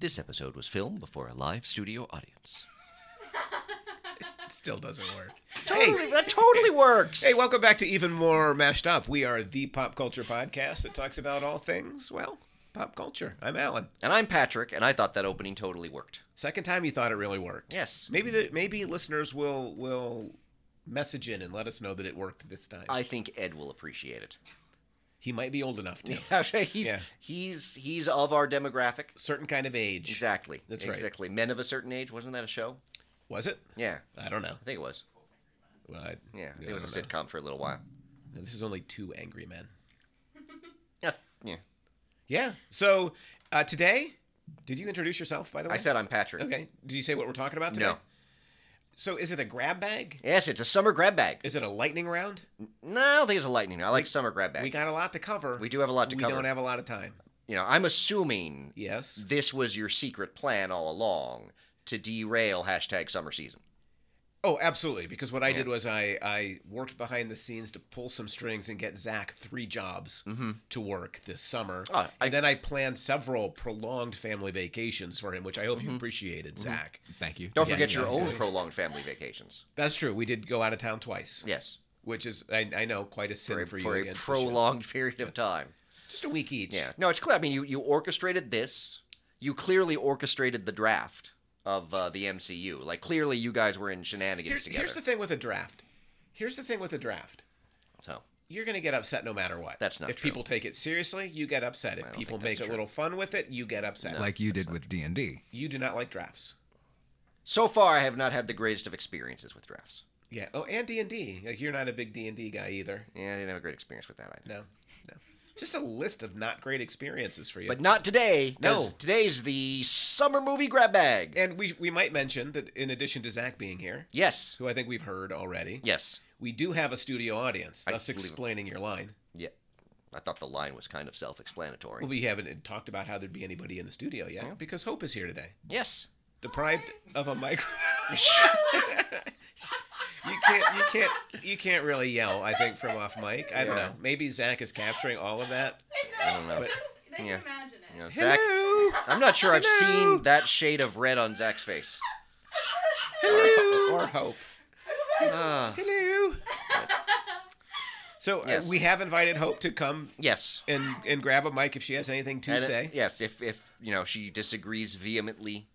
This episode was filmed before a live studio audience. It still doesn't work. Totally, that totally works. Hey, welcome back to Even More Mashed Up. We are the pop culture podcast that talks about all things, well, pop culture. I'm Alan. and I'm Patrick, and I thought that opening totally worked. Second time you thought it really worked. Yes. Maybe the maybe listeners will will message in and let us know that it worked this time. I think Ed will appreciate it. he might be old enough to. he's, Yeah. he's he's of our demographic. Certain kind of age. Exactly. That's right. Exactly. Men of a certain age. Wasn't that a show? Was it? Yeah, I don't know. I think it was. Well, I, Yeah, I it was a don't know. sitcom for a little while. This is only two angry men. Yeah. yeah. Yeah. So uh, today, did you introduce yourself by the way? I said I'm Patrick. Okay. Did you say what we're talking about today? No. So is it a grab bag? Yes, it's a summer grab bag. Is it a lightning round? No, I don't think it's a lightning. I like summer grab bag. Uh, We We, got a lot to cover. do have a lot to we cover. Mm. don't have a lot of time. you know, I'm assuming Yes. this was your secret plan all along to derail hashtag summer season. Oh, absolutely. Because what I Yeah. did was I, I worked behind the scenes to pull some strings and get Zach three jobs to work this summer. Mm-hmm. Oh, I- and then I planned several prolonged family vacations for him, which I hope Mm-hmm. you appreciated, Zach. Thank you. Don't Yeah, forget your yeah, own absolutely. prolonged family vacations. That's true. We did go out of town twice, Yes, which is, I, I know, quite a sin for a, for, you. for a against the show. prolonged period of time. Just a week each. Yeah, no, it's clear. I mean, you you orchestrated this. You clearly orchestrated the draft of uh, the MCU. Like clearly, you guys were in Here- shenanigans together. Here's the thing with a draft. Here's the thing with a draft. so You're going to get upset no matter what. That's not If true. people take it seriously, you get upset. I If don't people think that's make a true. little fun with it, you get upset. Like you did with D and D. you do not like drafts. so far, I have not had the greatest of experiences with drafts. Yeah. Oh, and D and D. Like you're not a big D and D guy either. Yeah, I didn't have a great experience with that either. No, no. Just a list of not great experiences for you. But not today. 'cause No. today's the summer movie grab bag. and we we might mention that in addition to Zach being here, Yes. who I think we've heard already, Yes. we do have a studio audience. I Thus believe it. explaining your line. Yeah. I thought the line was kind of self-explanatory. Well, we haven't talked about how there'd be anybody in the studio yet because Hope is here today, yes. deprived of a micro. You can't, you can't, you can't really yell. I think from off mic. I don't Yeah. know. Maybe Zach is capturing all of that. I don't know. But- I can Yeah. imagine it. You know, Zach, Hello. I'm not sure I've Hello? seen that shade of red on Zach's face. Hello. Or Hope. Ah. Hello. So uh, Yes. we have invited Hope to come yes. and and grab a mic if she has anything to And, uh, say. yes, if if you know she disagrees vehemently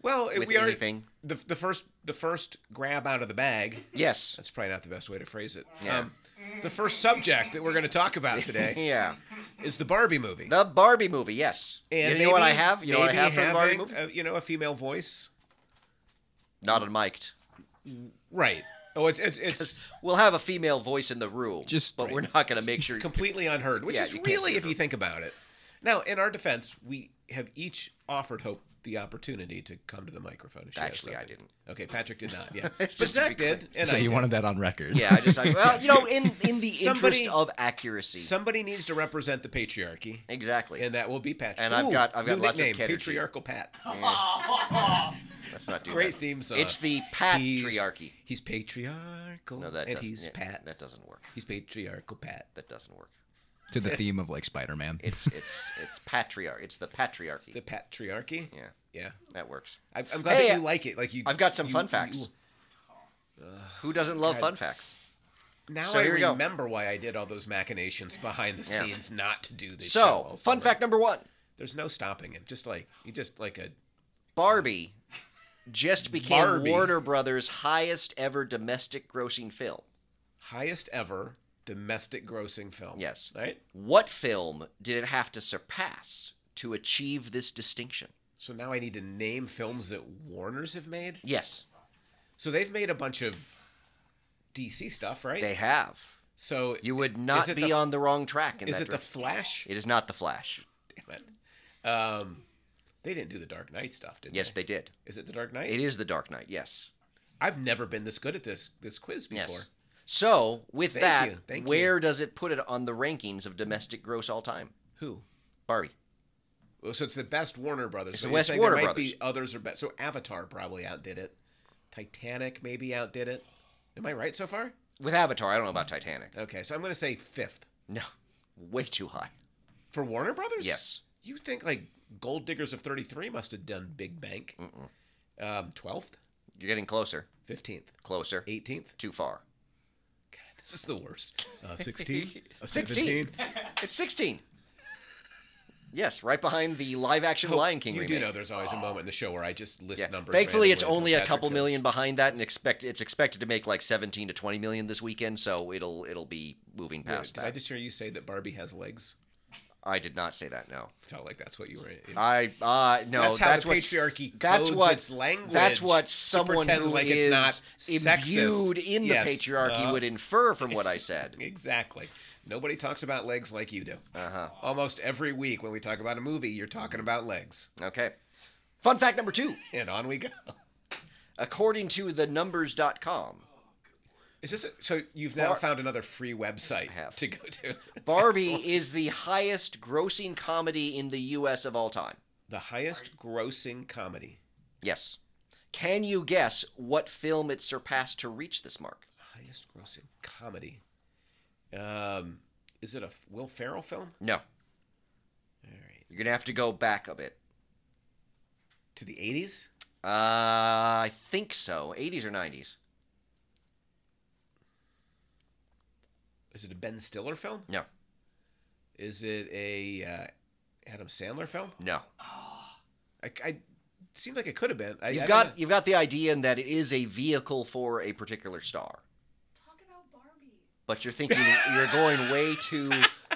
well, with we are anything. the the first the first grab out of the bag. Yes. That's probably not the best way to phrase it. um, Yeah. the first subject that we're going to talk about today yeah. is the Barbie movie. The Barbie movie, yes. you know what I maybe- have? You know what I maybe have for the Barbie movie? having a- you know, a female voice. Not unmiked. Right. Oh, it's it's, it's We'll have a female voice in the room. Just- but we're not gonna make sure completely unheard, which Yeah, is you can't really, hear if you think about it. Now, in our defense, we have each offered Hope the opportunity to come to the microphone. if she has Actually, I something. didn't. Okay, Patrick did not. Yeah, Just to but Zach be clear. did. And so I you did. wanted that on record. Yeah, I just like well, you know, in in the Somebody- interest of accuracy. Somebody needs to represent the patriarchy, exactly. and that will be Patrick. And I've got- I've got new lots of nickname, Ketter G. patriarchal Pat. Let's not do Great that. theme song. It's the He's- patriarchy. He's patriarchal. No, that and doesn't he's yeah, Pat. That doesn't work. He's patriarchal Pat. That doesn't work. To the theme of like Spider Man. It's it's it's patriarch. It's the patriarchy. The patriarchy. Yeah, Yeah. that works. I, I'm glad Hey, that you uh, like it. Like you. I've got some you- fun facts. you- Who doesn't love God. fun facts? Now So I here we go. remember why I did all those machinations behind the Yeah. scenes not to do this. show all So, fun summer. fact number one: There's no stopping him. Just like he just like a Barbie just became Barbie. Warner Brothers' highest ever domestic grossing film. highest ever domestic grossing film. Yes. Right? What film did it have to surpass to achieve this distinction? So now I need to name films that Warners have made. Yes, So they've made a bunch of DC stuff, right? they have. so You would not it be the- on the wrong track in is that it the direction. Flash? it is not The Flash. Damn it. Um they didn't do the Dark Knight stuff, did Yes, they? they did. Is it the Dark Knight? It is The Dark Knight. Yes. I've never been this good at this this quiz before. Yes. So, with Thank that, you, thank you. where does it put it on the rankings of domestic gross all time? Who? Barbie. Well, so it's the best Warner Brothers. It's but the you're West saying Warner there might Brothers. Be others are better. So Avatar probably outdid it. Titanic maybe outdid it. Am I right so far? With Avatar, I don't know about Titanic. Okay, so I'm going to say fifth No, way too high. for Warner Brothers. Yes. You think like Gold Diggers of 33 must have done Big Bank. Um, 12th, You're getting closer, 15th, closer, 18th. too far. God, this is the worst. Uh, 16, uh, 17. It's 16. Yes, right behind the live-action Lion King You remake. do know there's always a moment in the show where I just list Yeah. numbers. Thankfully, it's randomly only until a Patrick couple fills. million behind that, and expect it's expected to make like 17 to 20 million this weekend. So it'll it'll be moving Wait, past Did that. I just hear you say that Barbie has legs? I did not say that. No. Felt like that's what you were. I uh no. That's how the what patriarchy That's codes what its language That's what to someone pretend who like it's is not sexist. imbued in Yes, the patriarchy uh-huh. would infer from what I said. Exactly. Nobody talks about legs like you do. Uh-huh. Almost every week when we talk about a movie, you're talking about legs. Okay. Fun fact number two. And on we go. According to the numbers.com, Is this a, so? You've now Bar- found another free website I have. to go to. Barbie is the highest grossing comedy in the US of all time. the highest grossing comedy. Yes. Can you guess what film it surpassed to reach this mark? Highest grossing comedy. Um, is it a F- Will Ferrell film? No. All right. You're going to have to go back a bit. To the 80s? Uh, I think so. 80s or 90s? Is it a Ben Stiller film? No. Is it a uh, Adam Sandler film? No. I, I seems like it could have been. I, I You've don't got know. you've got the idea in that it is a vehicle for a particular star. Talk about Barbie. But you're thinking you're going way too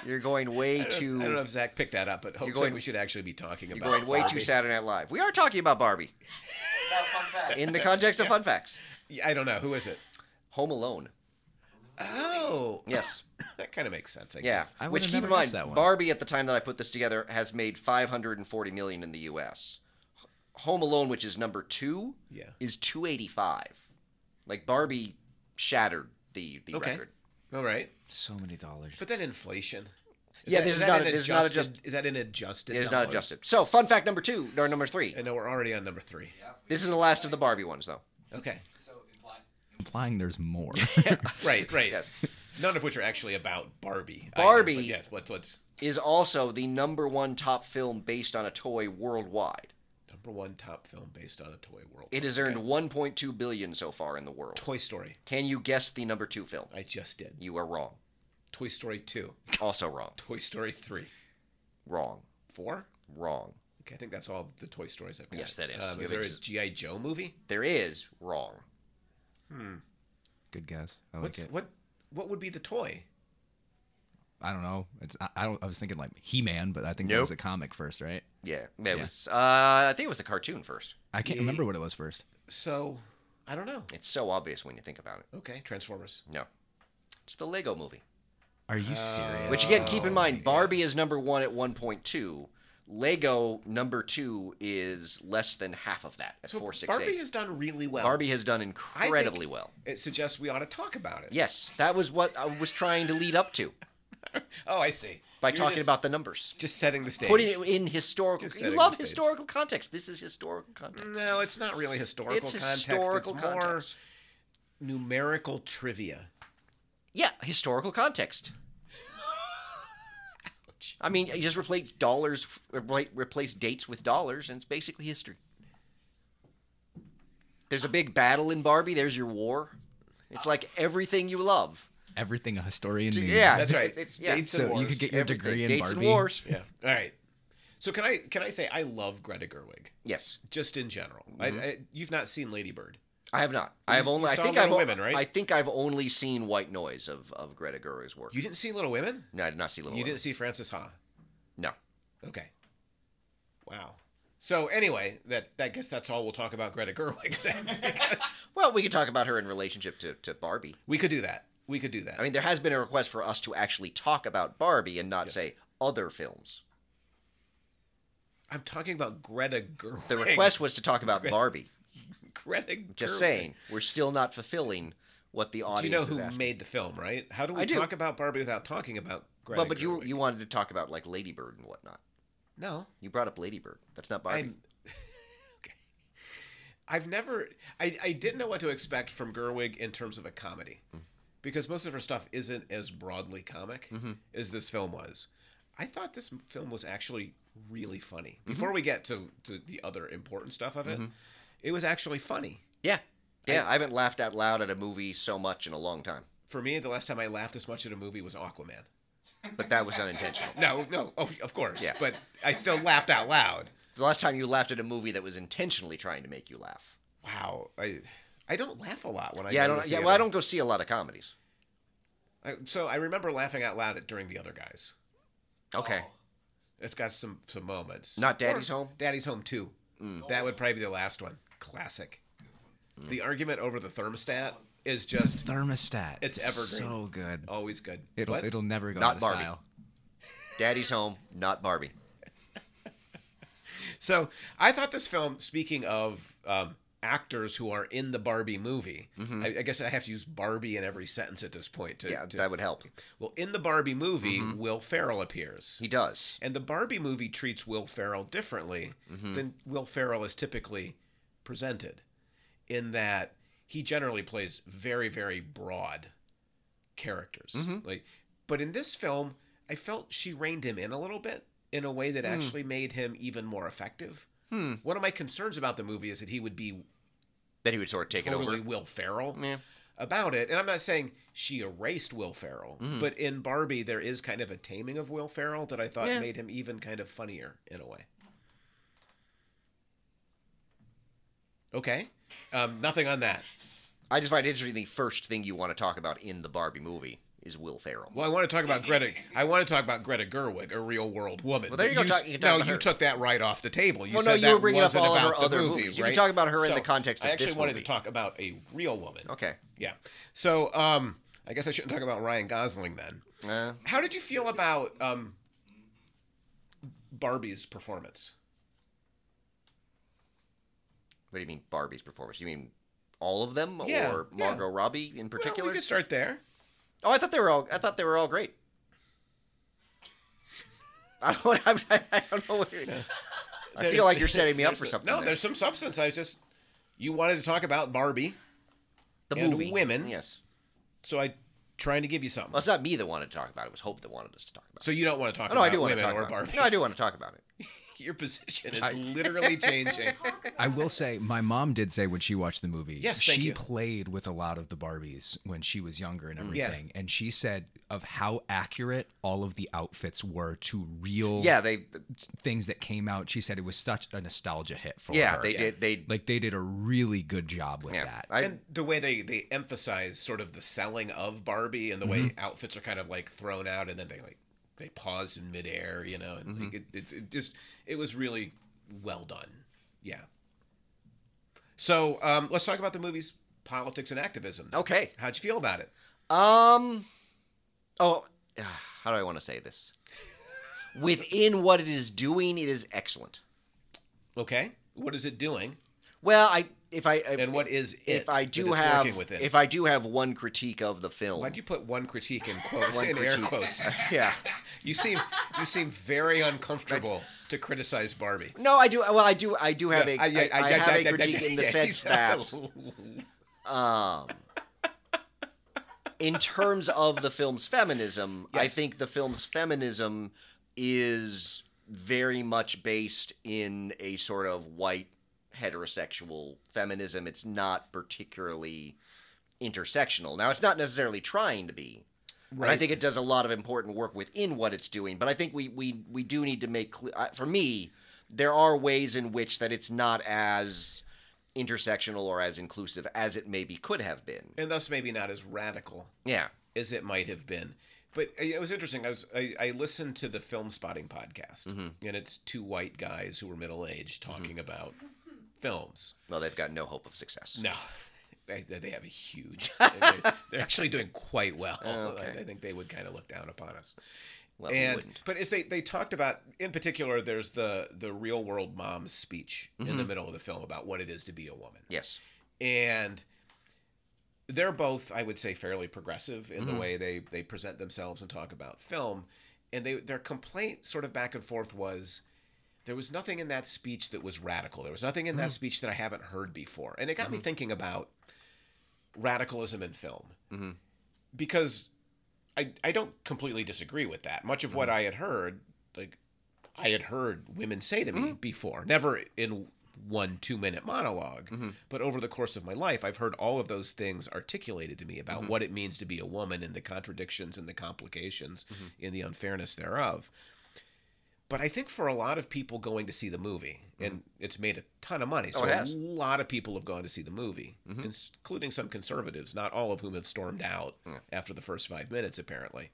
you're going way I too don't, I don't know if Zach picked that up, but hopefully going- we should actually be talking you're about. going way too Barbie. Saturday Night Live. We are talking about Barbie About fun fact. in the context of fun facts. Yeah, I don't know who is it. Home Alone. Oh, Yes. that kind of makes sense. I Yeah. guess. I Which would've keep in never mind, guessed that one. Barbie at the time that I put this together has made 540 million in the U.S. H- Home Alone, which is number two, Yeah. is 285. Like Barbie shattered the the Okay. record. All right, So many dollars. but then inflation. Yeah, that- this is that not an a- this is not adjusted- adjust- Is that an adjusted? It is not dollars? adjusted. So fun fact number two or number three. I know we're already on number three. This is the last of the Barbie ones, though. Okay. Implying there's more. Right. Right. Yes. None of which are actually about Barbie. either, Barbie- but yes. Let's let's Is also the number one top film based on a toy worldwide. number one top film based on a toy world. It has earned 1.2 billion so far in the world. Toy Story. Can you guess the number two film? I just did. You are wrong. Toy Story two. Also wrong. Toy Story three. Wrong. Four. Wrong. Okay, I think that's all the Toy Stories I've got. Yes, that is. Um, You have is there a ex- GI Joe movie? There is wrong. Good guess. I like What's, it. what what would be the toy? I don't know. It's I, I, don't, I was thinking like He-Man, but I think Nope. that was a comic first, right? Yeah, it was. Uh, I think it was the cartoon first. I can't remember what it was first. So I don't know. It's so obvious when you think about it. Okay, Transformers. No, it's the Lego Movie. Are you serious? Which again, keep in Oh, mind, Barbie is number one at one point two. Lego number two is less than half of that at So four six eight. Barbie has done really well. Barbie has done incredibly well. It suggests we ought to talk about it. Yes, that was what I was trying to lead up to Oh, I see. by You're talking just- about the numbers, just setting the stage. putting it in historical. Just You setting love the stage. historical context. This is historical context. No, it's not really historical It's context. historical it's more context. numerical trivia. Yeah, historical context. I mean, you just replace dollars, repla- replace dates with dollars, and it's basically history. There's a big battle in Barbie. There's your war. It's like everything you love. Everything a historian needs. Yeah, That's right. It's- yeah. Dates and So you wars, could get your everything. degree in dates Barbie. and wars. Yeah. All right. So can I can I say I love Greta Gerwig Yes, just in general? I, Mm-hmm. I, you've not seen Lady Bird. I have not. I have You- only. you I saw think I've. Little o- Women, right? I think I've only seen White Noise of of Greta Gerwig's work. You didn't see Little Women? no, I did not see Little. you Women. didn't see Frances Ha. No. Okay. Wow. So anyway, that I guess that's all we'll talk about Greta Gerwig then. because Well, we could talk about her in relationship to to Barbie. we could do that. We could do that. I mean, there has been a request for us to actually talk about Barbie and not say other films. I'm talking about Greta Gerwig. The request was to talk about Barbie. Greta Just Gerwig. saying, we're still not fulfilling what the Do you audience know is who asking. made the film, right? How do we I do. talk about Barbie without talking about Greta well, but you Gerwig? you wanted to talk about like Lady Bird and whatnot. No. You brought up Lady Bird. That's not Barbie. I'm Okay. I've never I, I didn't know what to expect from Gerwig in terms of a comedy. Mm. Because most of her stuff Mm-hmm. isn't as broadly comic as this film was. I thought this film was actually really funny. Mm-hmm. Before we get to, to the other important stuff of it, it was actually funny. Yeah. Yeah, I haven't laughed out loud at a movie so much in a long time. For me, the last time I laughed this much at a movie was Aquaman. But that was unintentional. No, no, oh, of course. Yeah. But I still laughed out loud. The last time you laughed at a movie that was intentionally trying to make you laugh. Wow, I I don't laugh a lot when I yeah, I go to don't. the Yeah, well, I theater. don't go see a lot of comedies. I- so I remember laughing out loud at during the other guys. Okay. Oh. It's got some some moments. Not Daddy's Or Home? Mm. Daddy's Home too. That would probably be the last one. Classic. The argument over the thermostat is just Thermostat. It's evergreen. So good. always good. It'll What? it'll never go Not out of Barbie. style. Daddy's Home, not Barbie. So I thought this film, speaking of um, actors who are in the Barbie movie, I, I guess I have to use Barbie in every sentence at this point. To, Mm-hmm. Yeah, to- that would help. well, in the Barbie movie, Will Ferrell appears. He does. Mm-hmm. And the Barbie movie treats Will Ferrell differently Hmm. than Will Ferrell is typically presented, in that he generally plays very, very broad characters. Mm-hmm. Like, but in this film, I felt she reined him in a little bit in a way Hmm. that actually made him even more effective. One of my concerns about the movie is that he would be Then he would sort of take totally it over. Will Ferrell Yeah. about it. And I'm not saying she erased Will Ferrell, Mm-hmm. but in Barbie, there is kind of a taming of Will Ferrell that I thought Yeah. made him even kind of funnier in a way. Okay. Um, nothing on that. I just find it interesting. The first thing you want to talk about in the Barbie movie is Will Ferrell. Well, I want to talk about Greta. I want to talk about Greta Gerwig, a real world woman. Well, there you But go, talk- you can talk no, about you her. took that right off the table. You Well, said no, you were that bringing up wasn't all of her about the other movie, movies. You can right? talk about her in So, the context I of actually this wanted movie. to talk about a real woman. Okay. Yeah. So, um, I guess I shouldn't talk about Ryan Gosling then. Uh, How did you feel about um, Barbie's performance? what do you mean Barbie's performance? You mean all of them, Yeah, or yeah. Margot Robbie in particular? Well, we could start there. Oh, I thought they were all. I thought they were all great. I don't. I, I don't know. What you're, I There- feel like you're setting me up there's for a- something. No, there. there's some substance. I was just you wanted to talk about Barbie, the and movie. women. Yes. so I trying to give you something. Well, it's not me that wanted to talk about it. It was Hope that wanted us to talk about. it. so you don't want to talk Oh, about no, I do want women to talk or about. Barbie. It. No, I do want to talk about it. Your position is literally changing. I will say, my mom did say when she watched the movie, Yes, thank she you. played with a lot of the Barbies when she was younger and Mm, Yeah. everything. And she said of how accurate all of the outfits were to real Yeah, they. things that came out. She said it was such a nostalgia hit for Yeah, her. they did. They. Like they did a really good job with yeah. that. I, and the way they they emphasize sort of the selling of Barbie and the way Mm-hmm. outfits are kind of like thrown out and then they like they pause in midair, you know, and Mm-hmm. like, it, it, it just it was really well done. Yeah. So um, let's talk about the movie's politics and activism. okay. How'd you feel about it? Um. Oh, how do I want to say this? Within what it is doing, it is excellent. Okay, what is it doing, Well, I if I and what is it? if I that do it's have working within? if I do have one critique of the film, why'd you put one critique in quotes One in air critique. quotes? yeah. You seem you seem very uncomfortable to criticize Barbie. No, I do. Well, I do. I do have a. I I have a critique in the yeah, sense he's not- that, um, in terms of the film's feminism, I Yes. think the film's feminism is very much based in a sort of white heterosexual feminism. It's not particularly intersectional. Now, it's not necessarily trying to be. Right. I Right. think it does a lot of important work within what it's doing, but I think we we we do need to make clear. For me, there are ways in which that it's not as intersectional or as inclusive as it maybe could have been. and thus maybe not as radical Yeah. as it might have been. But uh, it was interesting. I was I, I listened to the film spotting podcast, Mm-hmm. and it's two white guys who were middle aged talking about films. Well, they've got no hope of success. No, they, they have a huge. they're, they're actually doing quite well. Oh, Okay. I, I think they would kind of look down upon us. Well, we and wouldn't. but as they they talked about in particular, there's the the real world mom's speech in the Mm-hmm. middle of the film about what it is to be a woman. Yes. and they're both i would say fairly progressive in the way they they present themselves and talk about film and they their complaint sort of back and forth was there was nothing in that speech that was radical there was nothing in that speech that i haven't heard before and it got me thinking about radicalism in film because I, I don't completely disagree with that. Much of what I had heard, like I had heard women say to me before, never in one two minute monolog but Mm-hmm. over the course of my life, I've heard all of those things articulated to me about Mm-hmm. what it means to be a woman and the contradictions and the complications Mm-hmm. and the unfairness thereof. But I think for a lot of people going to see the movie, and it's made a ton of money, so Mm-hmm. Oh, it a has. Mm-hmm. lot of people have gone to see the movie, ins- including some conservatives, not all of whom have stormed out after the first five minutes, apparently.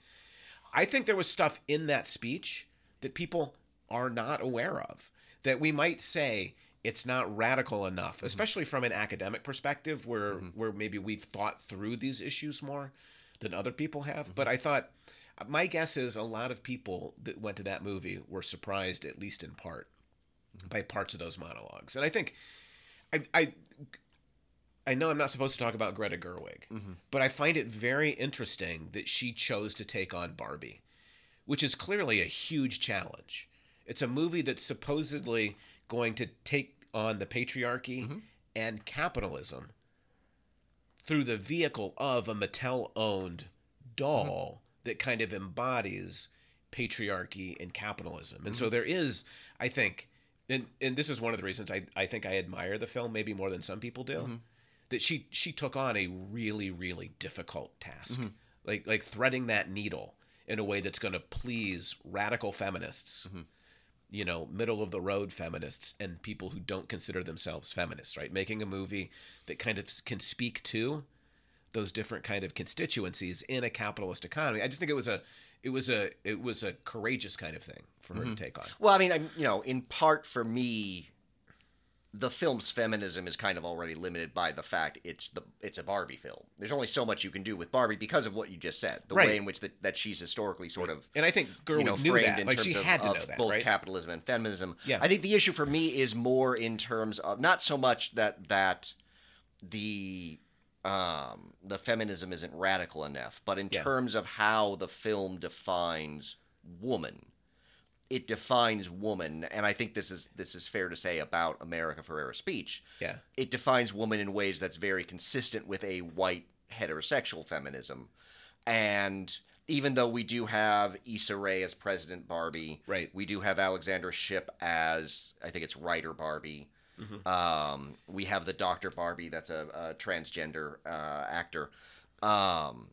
I think there was stuff in that speech that people are not aware of. That we might say it's not radical enough, especially from an academic perspective, where where maybe we've thought through these issues more than other people have. But I thought uh, my guess is a lot of people that went to that movie were surprised, at least in part, by parts of those monologues. And I think I I I know I'm not supposed to talk about Greta Gerwig, but I find it very interesting that she chose to take on Barbie, which is clearly a huge challenge. It's a movie that's supposedly going to take on the patriarchy and capitalism through the vehicle of a Mattel owned doll that kind of embodies patriarchy and capitalism. And so there is, I think, and, and this is one of the reasons I, I think I admire the film maybe more than some people do, that she she took on a really, really difficult task. Mm-hmm. Like like threading that needle in a way that's gonna please radical feminists Mm-hmm. you know, middle of the road feminists and people who don't consider themselves feminists, right? Making a movie that kind of s- can speak to those different kind of constituencies in a capitalist economy. I just think it was a it was a it was a courageous kind of thing for her to Mm-hmm. take on. Well, I mean, I'm, you know, in part for me, the film's feminism is kind of already limited by the fact it's the it's a Barbie film. There's only so much you can do with Barbie because of what you just said, the Right. way in which that that she's historically sort of And I think Gerwig you know knew framed that. in Like terms she of, had to of know that, both right? capitalism and feminism. Yeah. I think the issue for me is more in terms of not so much that that the um, the feminism isn't radical enough, but in Yeah. terms of how the film defines woman, it defines woman, and I think this is this is fair to say about America Ferrera speech. yeah. It defines woman in ways that's very consistent with a white heterosexual feminism, and even though we do have Issa Rae as President Barbie, Right. We do have Alexandra Ship as I think it's writer Barbie. Um, we have the Doctor Barbie, that's a, a transgender uh, actor. Um,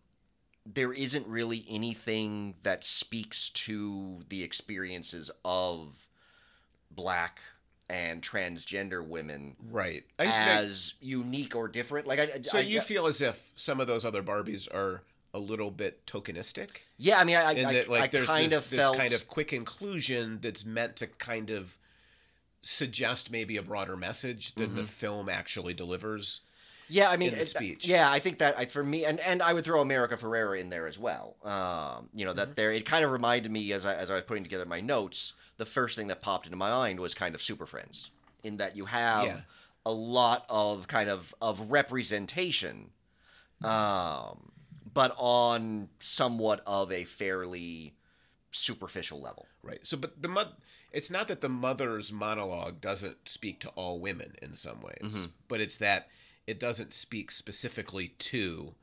there isn't really anything that speaks to the experiences of black and transgender women Right. I, I, as unique or different. Like, I, I- so I- you feel as if some of those other Barbies are a little bit tokenistic? yeah, I mean, I, I, and that like I there's kind this, of this felt kind of quick inclusion that's meant to kind of suggest maybe a broader message than Mm-hmm. the film actually delivers. Yeah, I mean, in the it- speech. yeah, I think that I, for me, and, and I would throw America Ferrera in there as well. Um, you know Mm-hmm. that there, it kind of reminded me as I as I was putting together my notes, the first thing that popped into my mind was kind of Super Friends, in that you have Yeah. a lot of kind of of representation, um, but on somewhat of a fairly superficial level. Right. So, but the mo- it's not that the mother's monologue doesn't speak to all women in some ways, Mm-hmm. but it's that it doesn't speak specifically to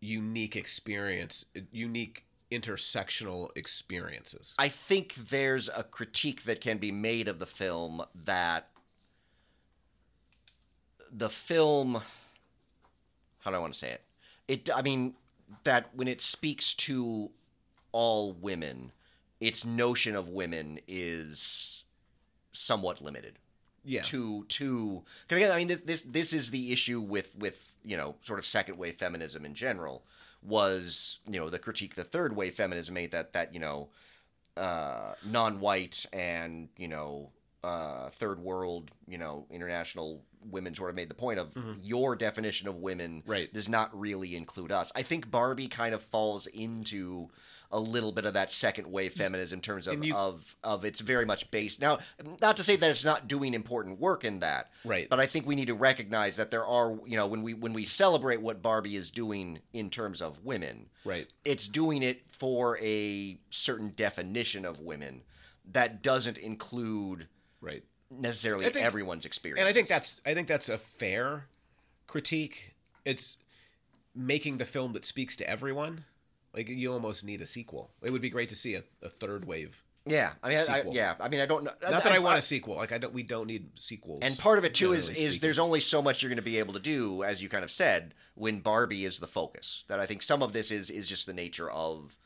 unique experience, unique intersectional experiences. I think there's a critique that can be made of the film that the film how do I want to say it? It I mean that when it speaks to all women, its notion of women is somewhat limited Yeah. to to because again, I mean this, this this is the issue with with you know sort of second wave feminism in general was you know the critique the third wave feminism made that that you know uh, non-white and you know uh, third world you know international women sort of made the point of your definition of women Mm-hmm. Right. does not really include us. I think Barbie kind of falls into a little bit of that second wave feminism in terms of, And you- of of it's very much based now not to say that it's not doing important work in that Right. but i think we need to recognize that there are you know when we when we celebrate what barbie is doing in terms of women Right. it's doing it for a certain definition of women that doesn't include Right. necessarily I think- everyone's experience And I think that's I think that's a fair critique. It's making the film that speaks to everyone. Like you almost need a sequel. It would be great to see a, a third wave Yeah, I mean, I, I, Sequel. yeah, I mean, I don't know. Not that I, want a sequel. Like I don't. We don't need sequels. And part of it too is generally is speaking. there's only so much you're going to be able to do, as you kind of said, when Barbie is the focus. That I think some of this is is just the nature of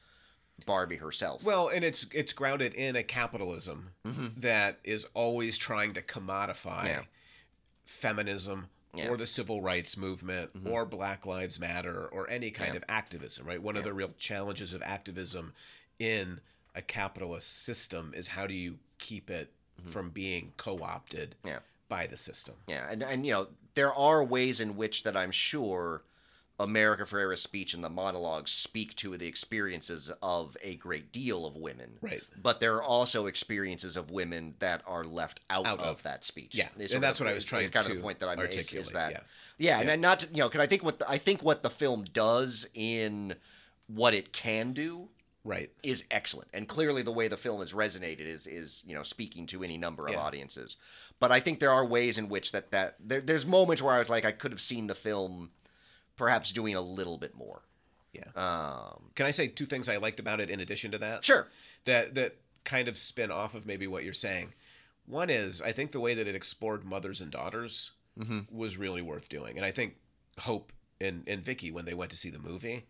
Barbie herself. Well, and it's it's grounded in a capitalism that is always trying to commodify Mm-hmm. Yeah. Yeah. feminism Mm-hmm. or the civil rights movement or Black Lives Matter or any kind Yeah. of activism, right? One of the real challenges of activism in a capitalist system is how do you keep it from being co-opted Mm-hmm. Yeah. by the system? yeah, and and you know there are ways in which that I'm sure America Ferrera's speech and the monologues speak to the experiences of a great deal of women. Right. But there are also experiences of women that are left out, Out of, of. that speech. Yeah, Is and sort of that's the- what I was is trying kind of the to point that I made is- is articulate, that yeah. yeah, and Yeah. and not you know, because I think what the, I think what the film does in what it can do Right. is excellent, and clearly the way the film has resonated is is you know speaking to any number of Yeah. audiences. But I think there are ways in which that that there, there's moments where I was like I could have seen the film perhaps doing a little bit more. Yeah. Um, Can I say two things I liked about it in addition to that? sure. that that kind of spin off of maybe what you're saying. One is I think the way that it explored mothers and daughters was really worth doing, and I think Hope and and Vicky when they went to see the movie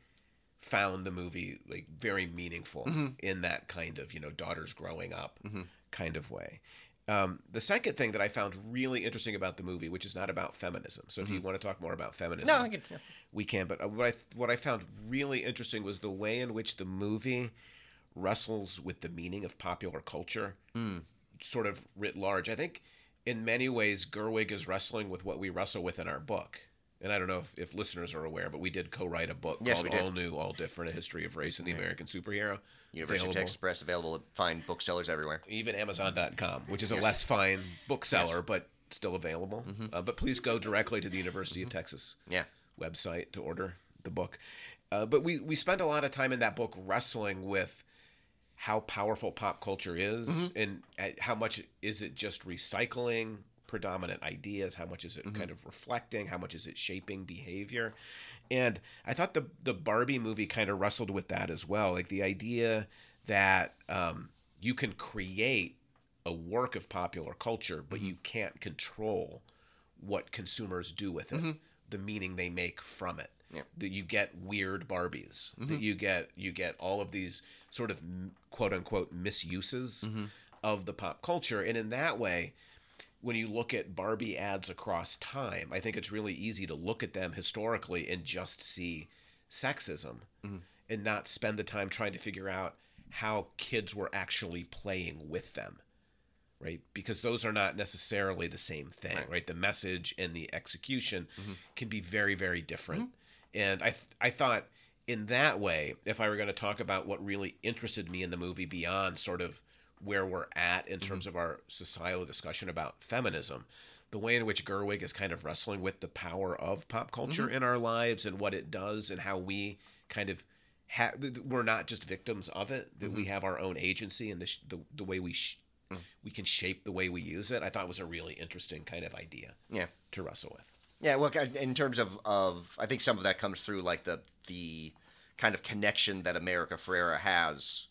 found the movie like very meaningful in that kind of you know daughters growing up kind of way. Um, the second thing that I found really interesting about the movie, which is not about feminism, so if you want to talk more about feminism, No, I can, yeah. we can. But uh, what I what I found really interesting was the way in which the movie wrestles with the meaning of popular culture, Hmm. sort of writ large. I think in many ways Gerwig is wrestling with what we wrestle with in our book. And I don't know if, if listeners are aware, but we did co-write a book Yes, we called did. "All New, All Different: A History of Race in the American Superhero." University of Available- Texas Press available at fine booksellers everywhere. even Amazon.com, which is a less fine bookseller, but still available. Mm-hmm. Uh, but please go directly to the University of Texas Yeah. website to order the book. Uh, but we we spend a lot of time in that book wrestling with how powerful pop culture is and uh, how much is it just recycling predominant ideas how much is it kind of reflecting how much is it shaping behavior and i thought the the barbie movie kind of wrestled with that as well like the idea that um, you can create a work of popular culture but you can't control what consumers do with it, the meaning they make from it. Yeah. That you get weird Barbies. That you get you get all of these sort of m- quote unquote misuses of the pop culture, and in that way, when you look at Barbie ads across time, I think it's really easy to look at them historically and just see sexism and not spend the time trying to figure out how kids were actually playing with them. Right? Because those are not necessarily the same thing, right? The message and the execution can be very very different. And I th- I thought in that way, if I were going to talk about what really interested me in the movie beyond sort of where we're at in terms of our societal discussion about feminism, the way in which Gerwig is kind of wrestling with the power of pop culture in our lives and what it does and how we kind of ha- th- th- we're not just victims of it that we have our own agency and the sh- the, the way we sh- we can shape the way we use it. I thought was a really interesting kind of idea Yeah. to wrestle with. Yeah, well, in terms of, of I think some of that comes through like the the kind of connection that America Ferrera has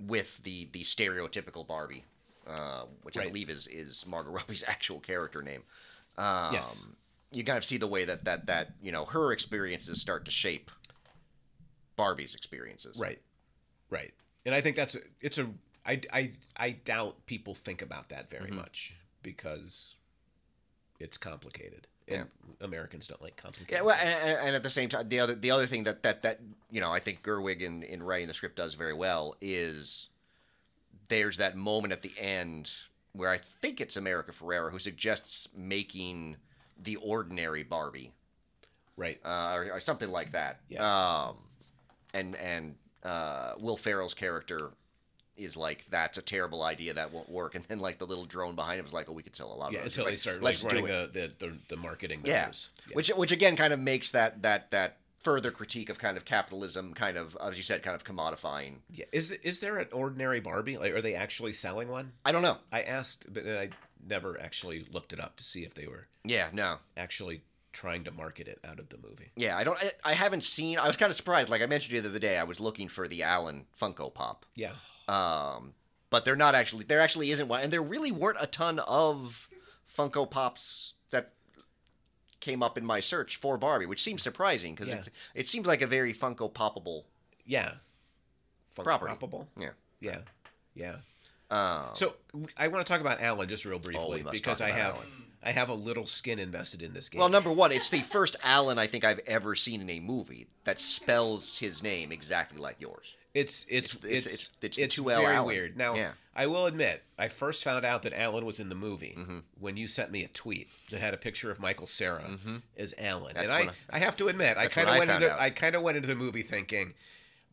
with the the stereotypical Barbie, uh, which I Right. believe is is Margot Robbie's actual character name. Um, Yes. you kind of see the way that that that you know her experiences start to shape Barbie's experiences. Right. Right. And I think that's a, it's a I, I I doubt people think about that very Mm-hmm. much because it's complicated. And Americans don't like complicated. Yeah, well, things. and, and- and at the same time, the other the other thing that that that you know I think Gerwig in in writing the script does very well is there's that moment at the end where I think it's America Ferrera who suggests making the ordinary Barbie right. uh, or, or something like that. Um, and and uh, Will Ferrell's character is like that's a terrible idea that won't work, and then like the little drone behind him is like, oh, we could sell a lot of yeah, those. It's until they like, start "Let's like do running it." the, the, the, the marketing Yeah. numbers. Yeah. Which which again kind of makes that that that further critique of kind of capitalism kind of as you said kind of commodifying. Yeah. Is is there an ordinary Barbie? Like, are they actually selling one? I don't know. I asked, but I never actually looked it up to see if they were Yeah, no. actually trying to market it out of the movie. Yeah, I don't I, I haven't seen I was kind of surprised like I mentioned the other day I was looking for the Allen Funko Pop. Yeah. Um but they're not actually. There actually isn't one, and there really weren't a ton of Funko Pops that came up in my search for Barbie, which seems surprising because Yeah. it, it seems like a very Funko Poppable. Yeah. Fun- Property. poppable? Yeah. Yeah. Yeah. Um, So w- I want to talk about Alan just real briefly Oh, must because talk I about have Alan. I have a little skin invested in this game. well, number one, it's the first Alan I think I've ever seen in a movie that spells his name exactly like yours. it's it's it's- it's it's- it's, it's the 2L very Alan. weird. Now Yeah. I will admit, I first found out that Alan was in the movie Mm-hmm. when you sent me a tweet that had a picture of Michael Sarah as Alan, Mm-hmm. That's and I, when I- I have to admit I that's kind of when I went found into out. I kind of went into the movie thinking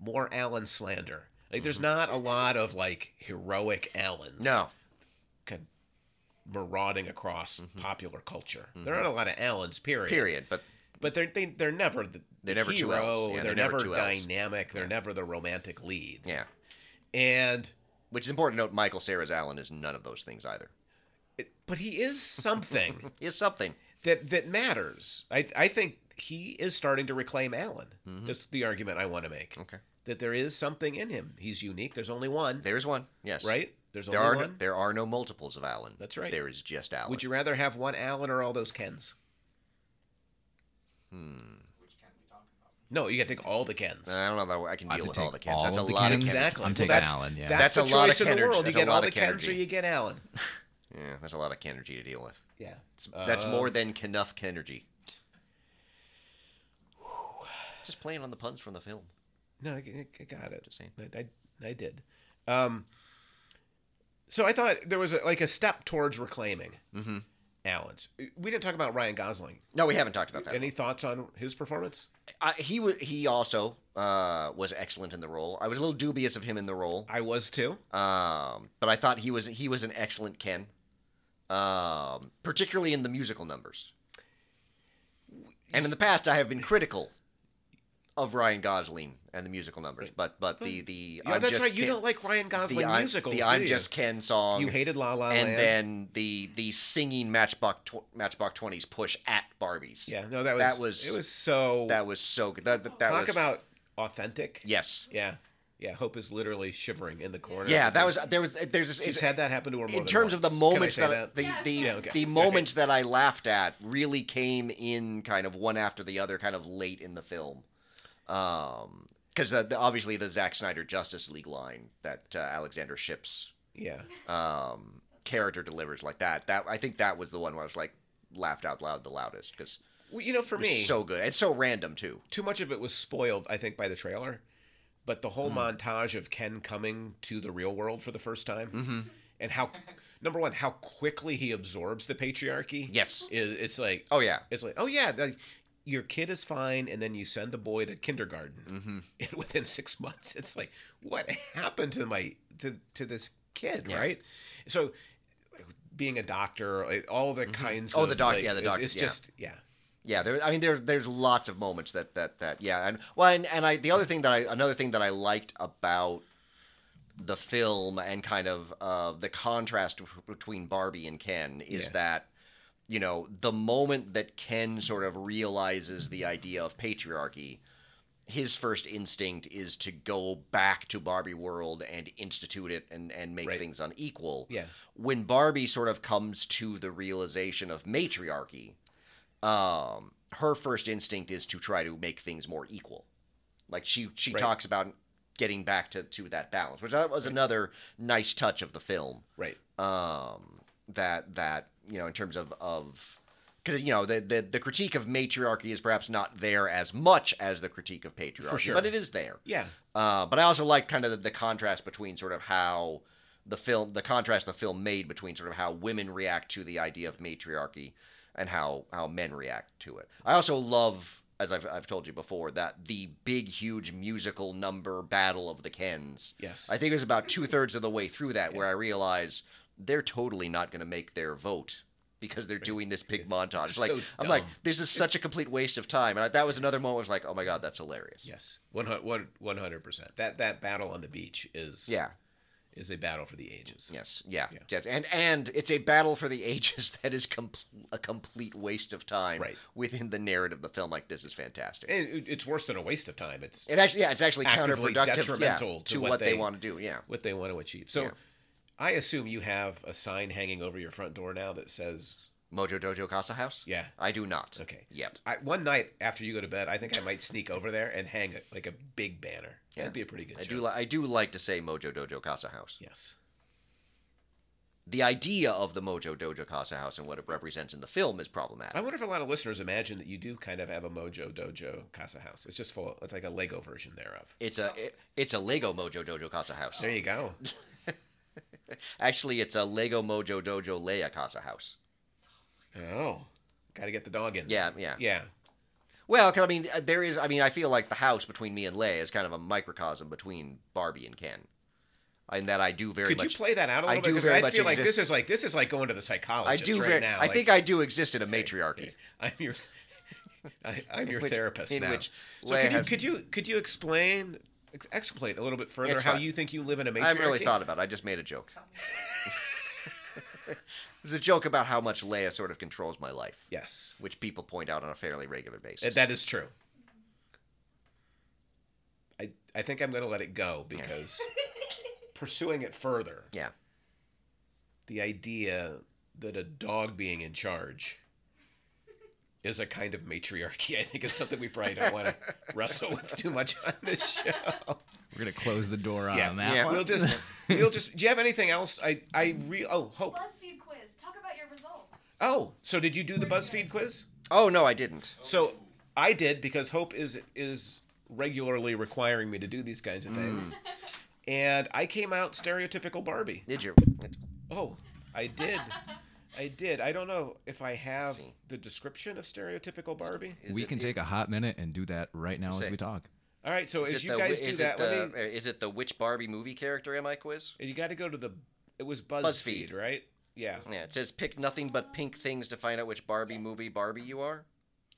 more Alan slander. Like there's not a lot of like heroic Alans. Mm-hmm. No, kind of marauding across popular culture. There aren't a lot of Allens, period. Mm-hmm. period. But But they're they, they're never the, They're the never two hero. Ls. Yeah, they're, they're never never, two Ls. dynamic. They're never the romantic lead. yeah, And which is important to note. Michael Sarah's Alan is none of those things either. it, but he is something He is something. that that matters. I I think he is starting to reclaim Alan. Mm-hmm. That's the argument I want to make. Okay, That there is something in him. He's unique. There's only one, there's one. Yes, right? There's There only are one. there are no multiples of Alan. That's right. There is just Alan. Would you rather have one Alan or all those Kens? Hmm. No, you got to take all the Kens. I don't know that I can I deal have to with all the take Kens. all That's a of the lot Kens? of Kens. Exactly. I'm Well, taking that's- Alan, yeah. That's, That's the a lot of choice in the Kennedy- world. You that's a get lot all of the Kens or Kennedy. you get Alan. Yeah, that's a lot of Kenergy to deal with. Yeah. That's Um, more than enough Kenergy. Just playing on the puns from the film. No, I, I- I got it. Just saying. I, I, I did. Um, so I thought there was a, like a step towards reclaiming Mhm. Alan's. We didn't talk about Ryan Gosling. No, we haven't talked about that. Any thoughts on his performance? I, he wa he also uh, was excellent in the role. I was a little dubious of him in the role, I was too. um, but I thought he was he was an excellent Ken, um, particularly in the musical numbers. And in the past, I have been critical of Ryan Gosling and the musical numbers, but but the the Yeah, I'm that's just right. You Ken- don't like Ryan Gosling I'm- musicals. The do I'm you? Just Ken song. You hated La La and Land. then the the singing Matchbox tw- Matchbox Twenties push at Barbies. yeah, no, that was that was- it was so. that was so good. That, that, that talk was about authentic. yes, yeah, yeah. Hope is literally shivering in the corner. yeah. That was there was there's this, She's it- had that happen to her. More in than terms of the once. Can I moments say that, I- the Yeah, the, sure. Yeah, okay. the Okay. moments that I laughed at really came in kind of one after the other, kind of late in the film. Um, because the, the- obviously the Zack Snyder Justice League line that uh, Alexander Ships yeah. um, character delivers like that. That I think that was the one where I was like laughed out loud the loudest because Well, you know, for it was me, so good and so random too. too much of it was spoiled, I think, by the trailer. But the whole montage of Ken coming to the real world for the first time, Mm-hmm. and how number one, how quickly he absorbs the patriarchy. Yes. is it's like Oh yeah. it's like oh yeah, like, your kid is fine, and then you send a boy to kindergarten, Mm-hmm. and within six months, it's like what happened to my to to this kid, Yeah. right? So being a doctor, like, all the kinds. Oh, of, the doc- like, yeah, the it's- doc- It's, yeah. just yeah, Yeah, there. I mean, there. There's lots of moments that that that. Yeah, and well, and, and I the other thing that I another thing that I liked about the film and kind of uh, the contrast w- between Barbie and Ken is Yeah. that you know the moment that Ken sort of realizes the idea of patriarchy, his first instinct is to go back to Barbie world and institute it and and make Right. things unequal yeah. when Barbie sort of comes to the realization of matriarchy, um, her first instinct is to try to make things more equal. Like she she Right. talks about getting back to, to that balance, which that was another nice touch of the film. Right. Um, that that you know in terms of of because you know the, the the critique of matriarchy is perhaps not there as much as the critique of patriarchy, sure. but it is there. Yeah. Uh, but I also like kind of the, the contrast between sort of how the film, the contrast the film made between sort of how women react to the idea of matriarchy and how how men react to it. I also love, as I've, I've told you before, that the big, huge musical number battle of the Kens. Yes. I think it was about two thirds of the way through that where I realized they're totally not going to make their vote because they're doing this big montage. Like so I'm like, dumb. this is such a complete waste of time. And I, that was another moment. I was like, oh my god, that's hilarious. Yes, one hundred percent. That that battle on the beach is yeah. is a battle for the ages. Yes, yeah, Yeah. yes. and and it's a battle for the ages that is com- a complete waste of time Right. within the narrative of the film. Like this is fantastic. It, and it- it's worse than a waste of time. It's actually, yeah, it's actually Actively counterproductive yeah, detrimental to, what they, want to. to do. Yeah, what they want to achieve. So Yeah. I assume you have a sign hanging over your front door now that says, Mojo Dojo Casa House? yeah. I do not. Okay. Yet. I, one night after you go to bed, I think I might sneak over there and hang it like a big banner. That'd be a pretty good I joke. do, li- I do like to say Mojo Dojo Casa House. Yes. The idea of the Mojo Dojo Casa House and what it represents in the film is problematic. I wonder if a lot of listeners imagine that you do kind of have a Mojo Dojo Casa House. It's just full. It's like a Lego version thereof. It's a it- it's a Lego Mojo Dojo Casa House. There you go. Actually, it's a Lego Mojo Dojo Leia Casa House. Oh, got to get the dog in. Yeah, yeah. Yeah. Well, 'cause I mean, uh, there is. I mean, I feel like the house between me and Leia is kind of a microcosm between Barbie and Ken, and that I do very Could much. you play that out a I little do bit? 'Cause very I much feel like exist- this is like this is like going to the I psychologist do right very. now. I think I do exist in a matriarchy. I'm your. I, I'm your which- therapist in now. which so Leia could you, has- could you could you explain ex- explain a little bit further It's how fine. you think you live in a matriarchy? I haven't really thought about. it. I just made a joke. It was a joke about how much Leia sort of controls my life, Yes, which people point out on a fairly regular basis. Uh, that is true. I I think I'm going to let it go because pursuing it further, yeah. the idea that a dog being in charge is a kind of matriarchy. I think is something we probably don't want to wrestle with too much on this show. We're gonna close the door on Yeah, that yeah. one. We'll just we'll just. Do you have anything else? I I re oh hope. BuzzFeed quiz. Talk about your results. Oh, so did you do the BuzzFeed quiz? Oh no, I didn't. So I did because Hope is is regularly requiring me to do these kinds of things, and I came out stereotypical Barbie. Did you? Oh, I did. I did. I don't know if I have See. the description of stereotypical Barbie. Is we it can the- take a hot minute and do that right now Say. as we talk. All right, so Is as it you the guys whi- do is it that, the- let me. uh, Is it the which Barbie movie character am I quiz? You got to go to the. It was BuzzFeed, BuzzFeed. right? Yeah. Yeah, it says pick nothing but pink things to find out which Barbie movie Barbie you are.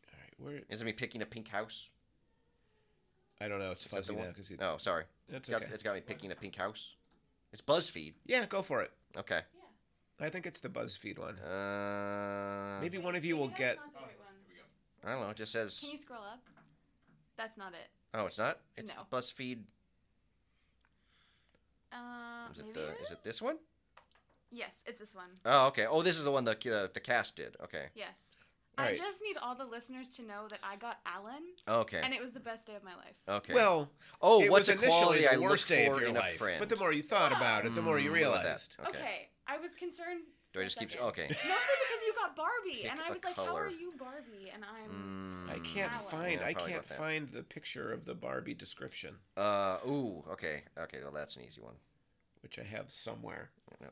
All right. Where Isn't me picking a pink house? I don't know. It's Is that the fuzzy now one? 'cause it, Oh, sorry. that's It's got, okay. it's got me picking a pink house. It's BuzzFeed. Yeah, go for it. Okay. Yeah. I think it's the BuzzFeed one. Uh, Maybe one of you will Maybe get. that's not the right one. I don't know. It just says. Can you scroll up? That's not it. Oh, it's not. It's No. BuzzFeed. Uh, Is maybe it the? Is it this one? Yes, it's this one. Oh, okay. Oh, this is the one the uh, the cast did. Okay. Yes. All I right. just need all the listeners to know that I got Alan, and Okay. it was the best day of my life. Okay. Well, oh, it what's was a quality initially the I look worst day of for your in a life, friend? but the more you thought about it, the more you Mm, look at that. realized. Okay. Okay. I was concerned. Do I just keep? Second. Okay. Mostly because you got Barbie, Pick and I a was like, "How color. are you, Barbie?" And I'm Mm, I can't Wow. find. Yeah, I probably can't got that. find the picture of the Barbie description, Uh, ooh, okay, okay, well, that's an easy one. which I have somewhere. No.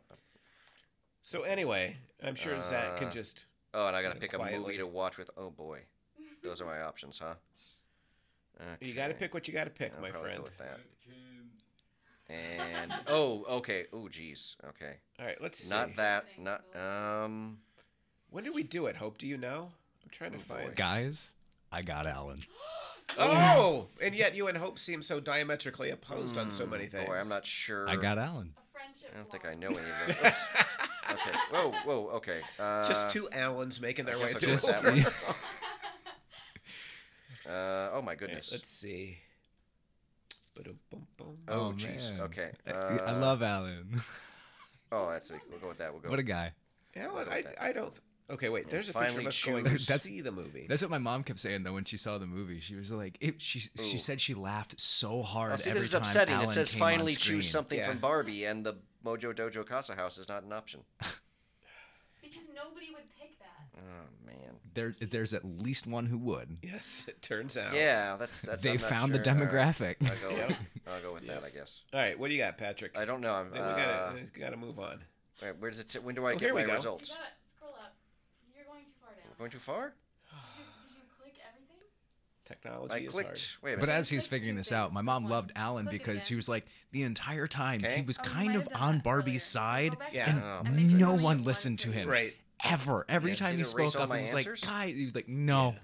So anyway, I'm sure Zach can Uh, just. Oh, and I gotta Gotta pick a quietly- movie to watch with. Oh boy, those are my options, huh? You got to Okay, pick what you got to pick, I'll my probably friend. go with that. And oh, okay, oh geez, okay, All right, let's see. not that, Thank not you. um. When did we do it? Hope, do you know? I'm trying to Oh, find. boy. Guys, I got Alan. Oh, and yet you and Hope seem so diametrically opposed on so many mm, things. Boy, I'm not sure. I got Alan. a friendship. I don't think I lost. know any of them. okay. Whoa, whoa, okay. Uh, Just two Allens making their I way guess through. I'll go the with world. that Uh, oh my All right, goodness. Let's see. Ba-dum-bum-bum. Oh, Oh, jeez. man. Okay. I- I uh, love Alan. Oh, that's it. We'll go with that. We'll go. what a guy. Alan, go I, with that. I don't. Okay, wait. Yeah, There's a picture finally of us going choose- to That's- see the movie. That's what my mom kept saying though when she saw the movie. She was like, it, she Ooh. she said she laughed so hard Oh, see, every this is time upsetting. Alan it says came on finally screen. choose something from Yeah. Barbie, and the Mojo Dojo Casa House is not an option. Because nobody would pick that. Oh man. There, there's at least one who would. Yes, it turns out. Yeah, that's that's. they I'm not found the sure. uh, All right, demographic. I'll, go, Yep. I'll go with that, I guess. All right, what do you got, Patrick? I don't know. I'm, then we uh, gotta, we gotta move on. wait, where does it? T- when do I Oh, get here we my go. You results? gotta scroll up. You're going too far down. Going too far? Did you, did you click everything? Technology I is clicked. hard. Wait a minute. But as he was figuring this out, my mom loved Alan because she was like, the entire time Okay. he was Oh, you kind might of have done on that earlier. Barbie's So side, go back Yeah. down Oh, and make sure no somebody one applies listened to him. Right, ever. Every Yeah, time did it he erase spoke all up, my he was answers? like, "Guy," he was like, "No."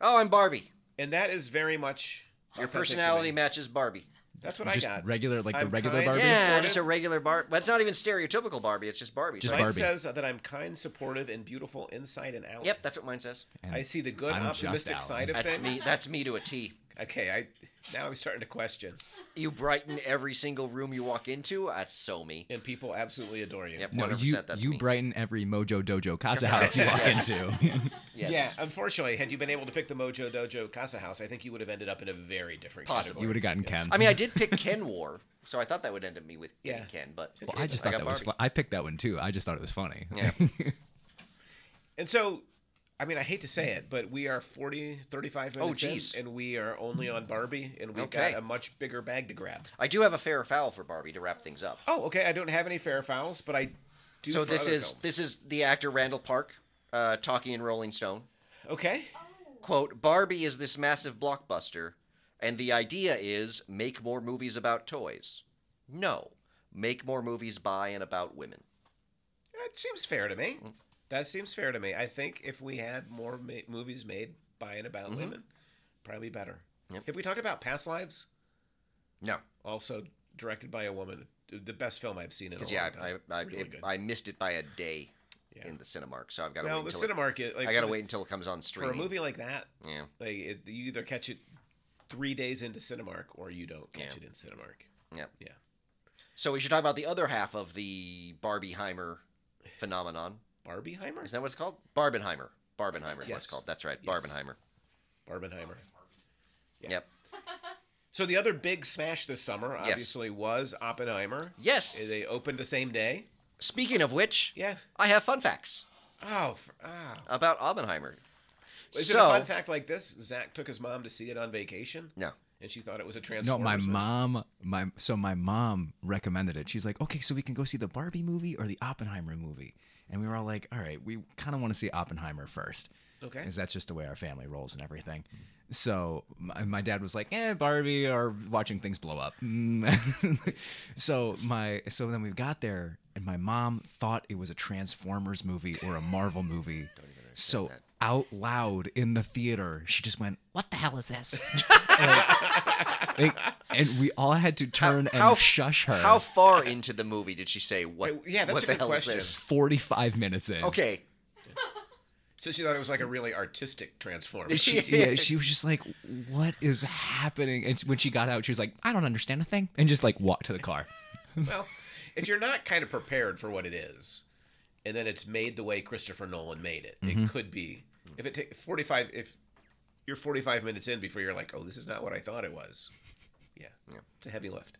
oh, I'm Barbie. and that is very much Your authentic to personality me. matches Barbie. That's what I just got. regular, like the I'm regular kind- Barbie. Yeah, supportive? just a regular Barbie. But it's not even stereotypical Barbie. It's just Barbie. Just so- Mine Barbie. says that I'm kind, supportive, and beautiful inside and out. Yep, that's what mine says. And I see the good, I'm just optimistic Alan. side of That's things. me. That's me to a T. Okay, I now I'm starting to question. You brighten every single room you walk into. That's so me. And people absolutely adore you. Yep. No, 100% you that's you me. brighten every Mojo Dojo Casa Yes. house you walk Yes. into. Yes. Yeah, unfortunately, had you been able to pick the Mojo Dojo Casa House, I think you would have ended up in a very different Possibly. you would have gotten Ken. I mean, I did pick Ken War, so I thought that would end up me with getting Yeah. Ken, but well, I just thought got that was. Barbie. Fu- I picked that one too. I just thought it was funny. Yeah. And so, I mean, I hate to say it, but we are 40, 35 Oh, minutes in, geez. and we are only on Barbie, and we've Okay. got a much bigger bag to grab. I do have a fair foul for Barbie to wrap things up. Oh, okay. I don't have any fair fouls, but I do. so for this other is films. this is the actor Randall Park uh, talking in Rolling Stone. okay. Oh, Quote: Barbie is this massive blockbuster, and the idea is make more movies about toys. No, make more movies by and about women. That seems fair to me. That seems fair to me. I think if we had more ma- movies made by and about women, probably better. Mm-hmm. Yep. Have we talked about Past Lives? No, Also directed by a woman. The best film I've seen in a long because yeah, I time. I, I, really it- good. I missed it by a day Yeah. in the Cinemark, so I've got to Now wait the until Cinemark, is- it, like, I gotta for the- wait until it comes on for streaming. a movie like that. yeah. Like it, you either catch it three days into Cinemark or you don't Yeah. catch it in Cinemark. Yep. Yeah. So we should talk about the other half of the Barbieheimer phenomenon. Barbieheimer? Is that what it's called? Barbenheimer. Barbenheimer is what it's Yes. called. That's right. Yes. Barbenheimer. Barbenheimer. Yeah. Yep. So the other big smash this summer obviously was Oppenheimer. Yes. They opened the same day. Speaking of which, Yeah. I have fun facts Oh, for, oh. about Oppenheimer. Is so, it a fun fact like this? Zach took his mom to see it on vacation. No. And she thought it was a No, Transformers. my movie. mom, my so my mom recommended it. She's like, okay, so we can go see the Barbie movie or the Oppenheimer movie, and we were all like, all right, we kind of want to see Oppenheimer first, Okay. because that's just the way our family rolls and everything. So my, my dad was like, eh, Barbie or watching things blow up. Mm. so my so then we got there, and my mom thought it was a Transformers movie or a Marvel movie. so out loud in the theater, she just went, What the hell is this? They- and we all had to turn and how- shush her. How far into the movie did she say what? Hey, yeah, that's what a the good hell question. is this? 45 minutes in. Okay. So she thought it was like a really artistic Transformers. She, yeah, she was just like, "What is happening?" And when she got out, she was like, "I don't understand a thing," and just like walked to the car. well, if you're not kind of prepared for what it is, and then it's made the way Christopher Nolan made it, Mm-hmm. it could be. If it takes 45, if you're 45 minutes in before you're like, oh, this is not what I thought it was. Yeah, it's a heavy lift.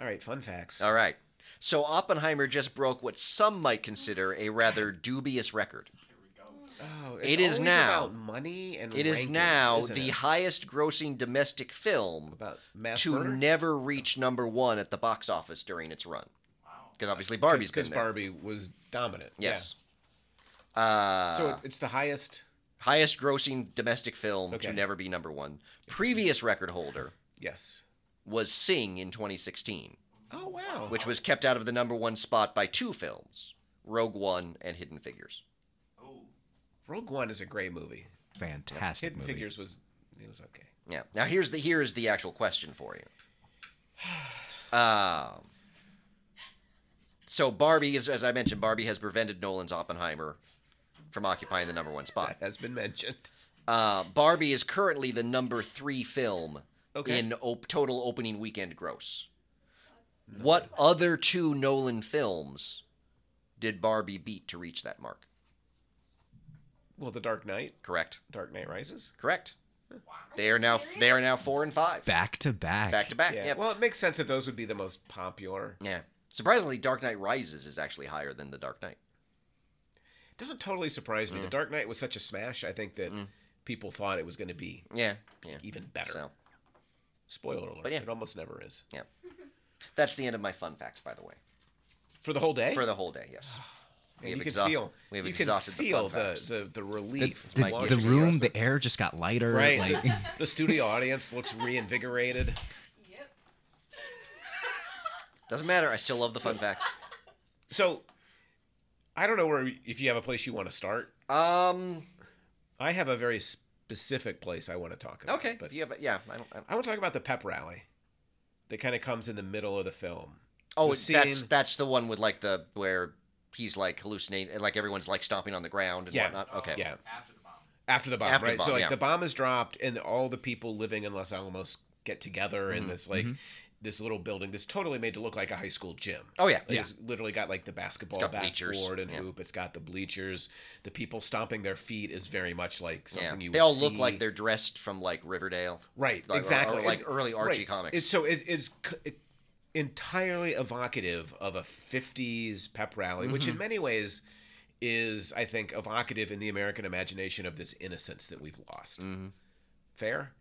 All right, fun facts. All right. So Oppenheimer just broke what some might consider a rather dubious record. Oh, It is always now- about money and It is rankings, now isn't the it? highest grossing domestic film about mass to murder? never reach number one at the box office during its run. Because obviously Barbie's because been there. Barbie was dominant. Yes. Yeah. Uh, So it- it's the highest. highest grossing domestic film Okay. to never be number one. Previous record holder Yes. was Sing in 2016, Oh wow. which was kept out of the number one spot by two films Rogue One and Hidden Figures. Rogue One is a great movie. Fantastic Hidden movie. Figures was it was okay. Yeah. Now here's the here is the actual question for you. Um, so Barbie, is, as I mentioned, Barbie has prevented Nolan's Oppenheimer from occupying the number one spot. That has been mentioned. Uh, Barbie is currently the number three film Okay. in op- total opening weekend gross. What other two Nolan films did Barbie beat to reach that mark? Well, The Dark Knight, Correct. Dark Knight Rises. Correct. They are now they are now four and five Back to back. back to back. Yeah. Yeah. Well, it makes sense that those would be the most popular. Yeah. Surprisingly, Dark Knight Rises is actually higher than The Dark Knight. It doesn't totally surprise Mm. me. The Dark Knight was such a smash. I think that people thought it was going to be Yeah. Yeah. even better. Mm. So Spoiler alert! But yeah. It almost never is yeah. That's the end of my fun facts, by the way, for the whole day. for the whole day. Yes. we And have you can exhaust- feel. we have you exhausted can the feel fun the facts. the, the, The, relief. the- watching the it. room, the air just got lighter. Right. Like, the, the studio audience looks reinvigorated. Yep. Doesn't matter. I still love the fun facts. So, I don't know where if you have a place you want to start. Um. I have a very specific place I want to talk about. Okay. but if you have, a- yeah. I don't. I don't I want to talk about the pep rally that kind of comes in the middle of the film. oh, The it- that's scene- that's the one with like the where he's like hallucinating, and like everyone's like stomping on the ground and Yeah. whatnot. Okay. Yeah. after the bomb, After the right? so bomb, like yeah. the bomb is dropped, and all the people living in Los Alamos get together in Mhm, this like mhm. this little building that's totally made to look like a high school gym. Oh yeah. Like, Yeah. It's literally got like the basketball got bleachers, backboard and yeah. hoop. It's got the bleachers. The people stomping their feet is very much like Yeah. something you. They would all look see. like they're dressed from like Riverdale. right, Like, or- exactly, Or, And- like early Archie right. comics. It's so it is c- it- entirely evocative of a '50s pep rally, which Mm-hmm. in many ways is, I think, evocative in the American imagination of this innocence that we've lost. Mhm. Fair,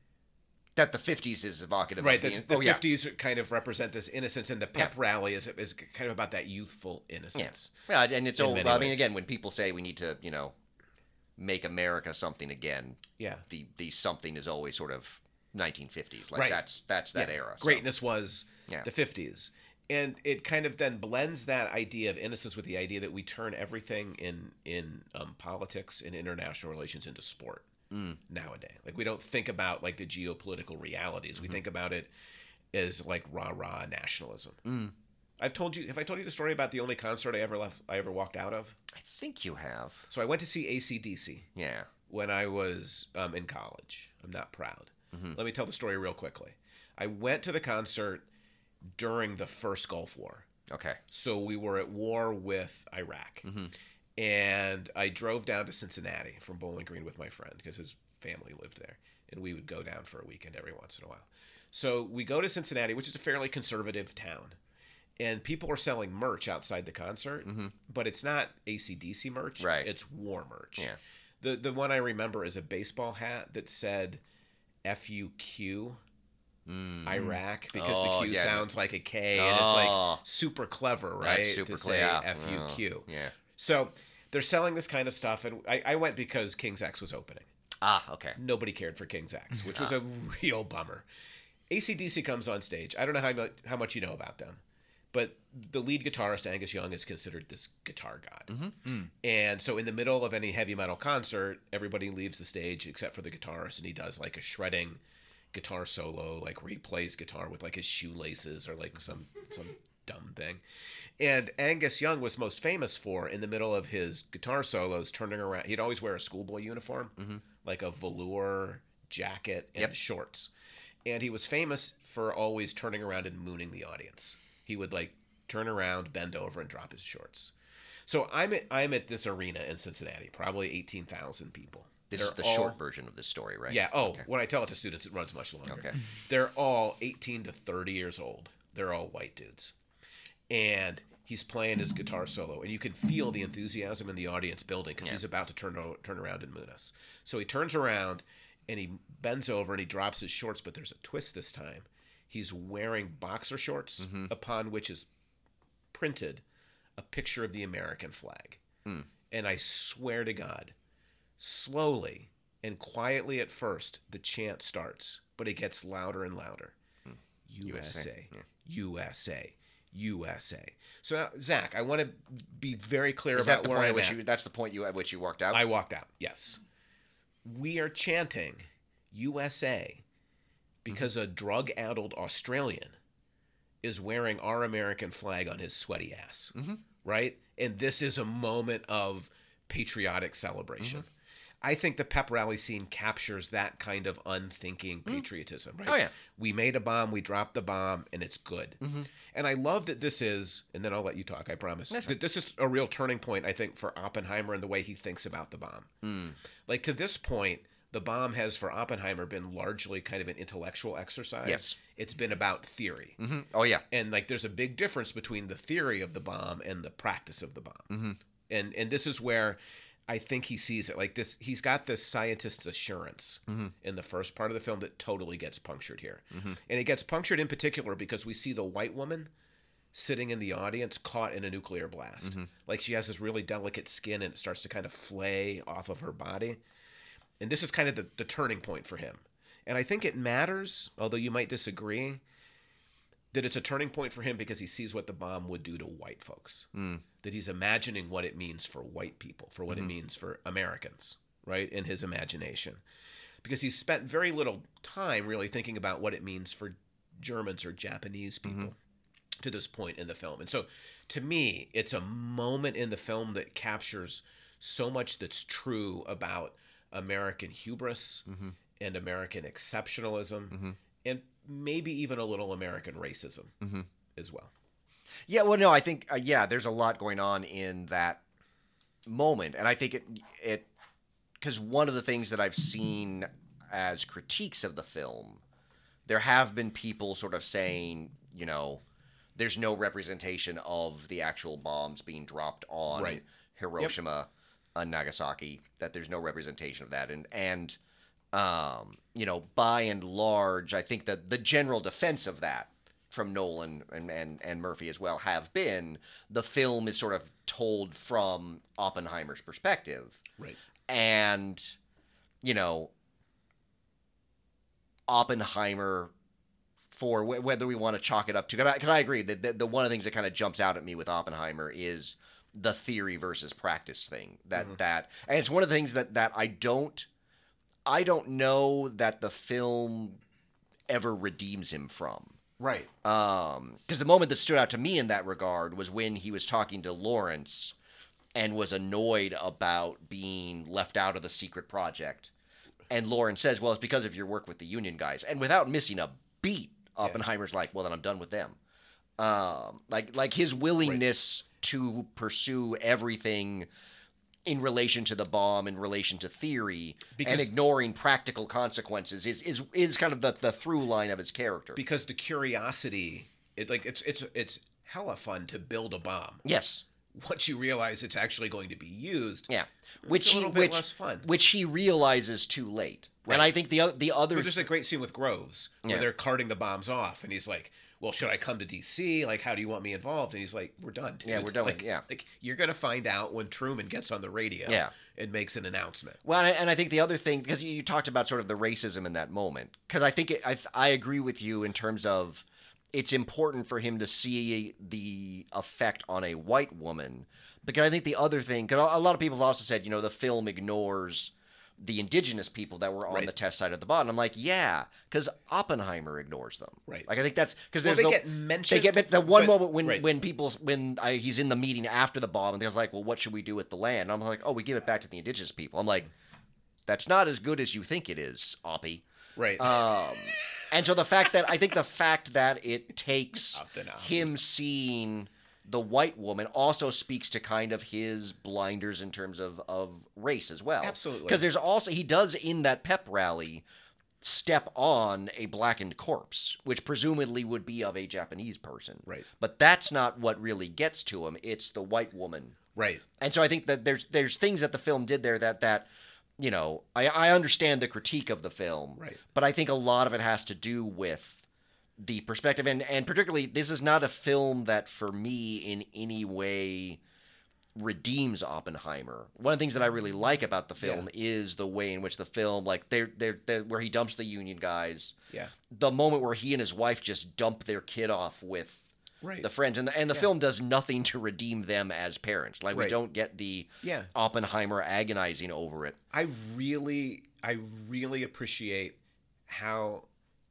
that the 50s is evocative. right? of the, The, the oh yeah. '50s kind of represent this innocence, and the pep rally is is kind of about that youthful innocence. Yeah, and it's in all. many I mean, ways. again, when people say we need to, you know, make America something again, Yeah, the the something is always sort of 1950s. Like Right. that's that's that Yeah. era. so- Greatness was Yeah. the 50s. And it kind of then blends that idea of innocence with the idea that we turn everything in in um, politics and international relations into sport Mm. nowadays. Like we don't think about like the geopolitical realities. Mm-hmm. We think about it as like rah rah nationalism. Mm. I've told you. Have I told you the story about the only concert I ever left? I ever walked out of. I think you have. So I went to see ACDC Yeah. when I was um, in college. I'm not proud. Mhm. Let me tell the story real quickly. I went to the concert during the first Gulf War. Okay. So we were at war with Iraq. Mhm. And I drove down to Cincinnati from Bowling Green with my friend because his family lived there. And we would go down for a weekend every once in a while. So we go to Cincinnati, which is a fairly conservative town. And people are selling merch outside the concert, Mhm. but it's not ACDC merch. Right. It's war merch. Yeah. The the one I remember is a baseball hat that said FUQ Mm. Iraq because Oh, the Q yeah. sounds like a K and it's like Oh. super clever, right? That's super to clear. say Yeah. FUQ. Oh, Yeah. So they're selling this kind of stuff, and I, I went because King's X was opening. Ah. Okay. Nobody cared for King's X, which was a real bummer. ACDC comes on stage. I don't know how, mu- how much you know about them, but the lead guitarist, Angus Young, is considered this guitar god. And so, in the middle of any heavy metal concert, everybody leaves the stage except for the guitarist, and he does like a shredding guitar solo, like where he plays guitar with like his shoelaces or like some some dumb thing. And Angus Young was most famous for in the middle of his guitar solos, turning around. He'd always wear a schoolboy uniform, like a velour jacket and Mm-hmm. Yep. shorts. And he was famous for always turning around and mooning the audience. He would like turn around, bend over, and drop his shorts. So I'm at I'm at this arena in Cincinnati, probably eighteen thousand people. This is They're the all- short version of this story, right? Yeah. Oh, Okay. when I tell it to students, it runs much longer. Okay. They're all eighteen to thirty years old. They're all white dudes, and he's playing his guitar solo, and you can feel the enthusiasm in the audience building because Yeah. he's about to turn o- turn around and moon us. So he turns around, and he bends over and he drops his shorts, but there's a twist this time. He's wearing boxer shorts Mm-hmm. upon which is printed a picture of the American flag. And I swear to God, slowly and quietly at first, the chant starts, but it gets louder and louder. Hmm. USA, USA, yeah. USA, USA. So now, Zach, I want to be very clear Is that about the where point I'm at which at. you? That's the point you at which you walked out. I walked out. Yes. We are chanting USA because a drug addled Australian is wearing our American flag on his sweaty ass. Mm-hmm. Right? And this is a moment of patriotic celebration. Mm-hmm. I think the pep rally scene captures that kind of unthinking patriotism. Right? Oh, yeah. We made a bomb, we dropped the bomb, and it's good. And I love that this is, and then I'll let you talk, I promise. That this is a real turning point, I think, for Oppenheimer and the way he thinks about the bomb. Mm. Like to this point, the bomb has for Oppenheimer been largely kind of an intellectual exercise. Yes. It's been about theory. hmm Oh yeah. And like there's a big difference between the theory of the bomb and the practice of the bomb. And and this is where I think he sees it like this. He's got this scientist's assurance in the first part of the film that totally gets punctured here, and it gets punctured in particular because we see the white woman sitting in the audience caught in a nuclear blast. Like she has this really delicate skin, and it starts to kind of flay off of her body and this is kind of the, the turning point for him. And I think it matters, although you might disagree, that it's a turning point for him because he sees what the bomb would do to white folks. That he's imagining what it means for white people, for what it means for Americans, right? In his imagination. Because he's spent very little time really thinking about what it means for Germans or Japanese people to this point in the film. And so to me, it's a moment in the film that captures so much that's true about American hubris Mhm. and American exceptionalism Mhm. and maybe even a little American racism Mhm. as well. Yeah, well, no, I think uh, yeah, there's a lot going on in that moment, and I think it it because one of the things that I've seen as critiques of the film, there have been people sort of saying, you know, there's no representation of the actual bombs being dropped on Right. Hiroshima and Nagasaki. That there's no representation of that, and and um, you know, by and large, I think that the general defense of that from Nolan and, and, and Murphy as well have been the film is sort of told from Oppenheimer's perspective. Right. And, you know, Oppenheimer for wh- whether we want to chalk it up to, because I, agree that the, the one of the things that kind of jumps out at me with Oppenheimer is the theory versus practice thing that, Mhm. that, and it's one of the things that, that I don't, I don't know that the film ever redeems him from Right. um because the moment that stood out to me in that regard was when he was talking to lawrence and was annoyed about being left out of the secret project and lawrence says well it's because of your work with the union guys and without missing a beat oppenheimer's like well then i'm done with them um like like his willingness to pursue everything in relation to the bomb in relation to theory Because- and ignoring practical consequences is is is kind of the, the through line of his character Because the curiosity, it like it's it's it's hella fun to build a bomb. yes Once you realize it's actually going to be used, Yeah, which he a little bit which, less fun. which he realizes too late. And Right. I think the o- the other But there's a great scene with Groves where Yeah. they're carting the bombs off, and he's like, "Well, should I come to D.C.? Like, how do you want me involved?" And he's like, "We're done. Dude. Yeah, we're done with- Like, yeah. like you're gonna find out when Truman gets on the radio. Yeah. and makes an announcement. well, and I, and I think the other thing because you talked about sort of the racism in that moment because I think it, I I agree with you in terms of it's important for him to see the effect on a white woman because I think the other thing because a, a lot of people have also said you know the film ignores the indigenous people that were on Right. the test site at the bottom. I'm like, yeah, because Oppenheimer ignores them. Right. Like I think that's because Well, there's they no- get They mentioned. get but the one but- moment when right. when people when I, he's in the meeting after the bomb and they're like, "Well, what should we do with the land?" I'm like, "Oh, we give it back to the indigenous people." I'm like, "That's not as good as you think it is, Oppie." right, Um, and so the fact that I think the fact that it takes Up and up. him seeing the white woman also speaks to kind of his blinders in terms of of race as well. Absolutely. because there's also he does in that pep rally step on a blackened corpse, which presumably would be of a Japanese person. Right. But that's not what really gets to him. It's the white woman right. and so I think that there's there's things that the film did there that that you know I, I understand the critique of the film, Right. But I think a lot of it has to do with the perspective and and particularly this is not a film that for me in any way redeems Oppenheimer. One of the things that I really like about the film is the way in which the film like they're they're, they're where he dumps the union guys, Yeah, the moment where he and his wife just dump their kid off with right. the friends and the, and the film does nothing to redeem them as parents like we Right. don't get the yeah, oppenheimer agonizing over it I really, I really appreciate how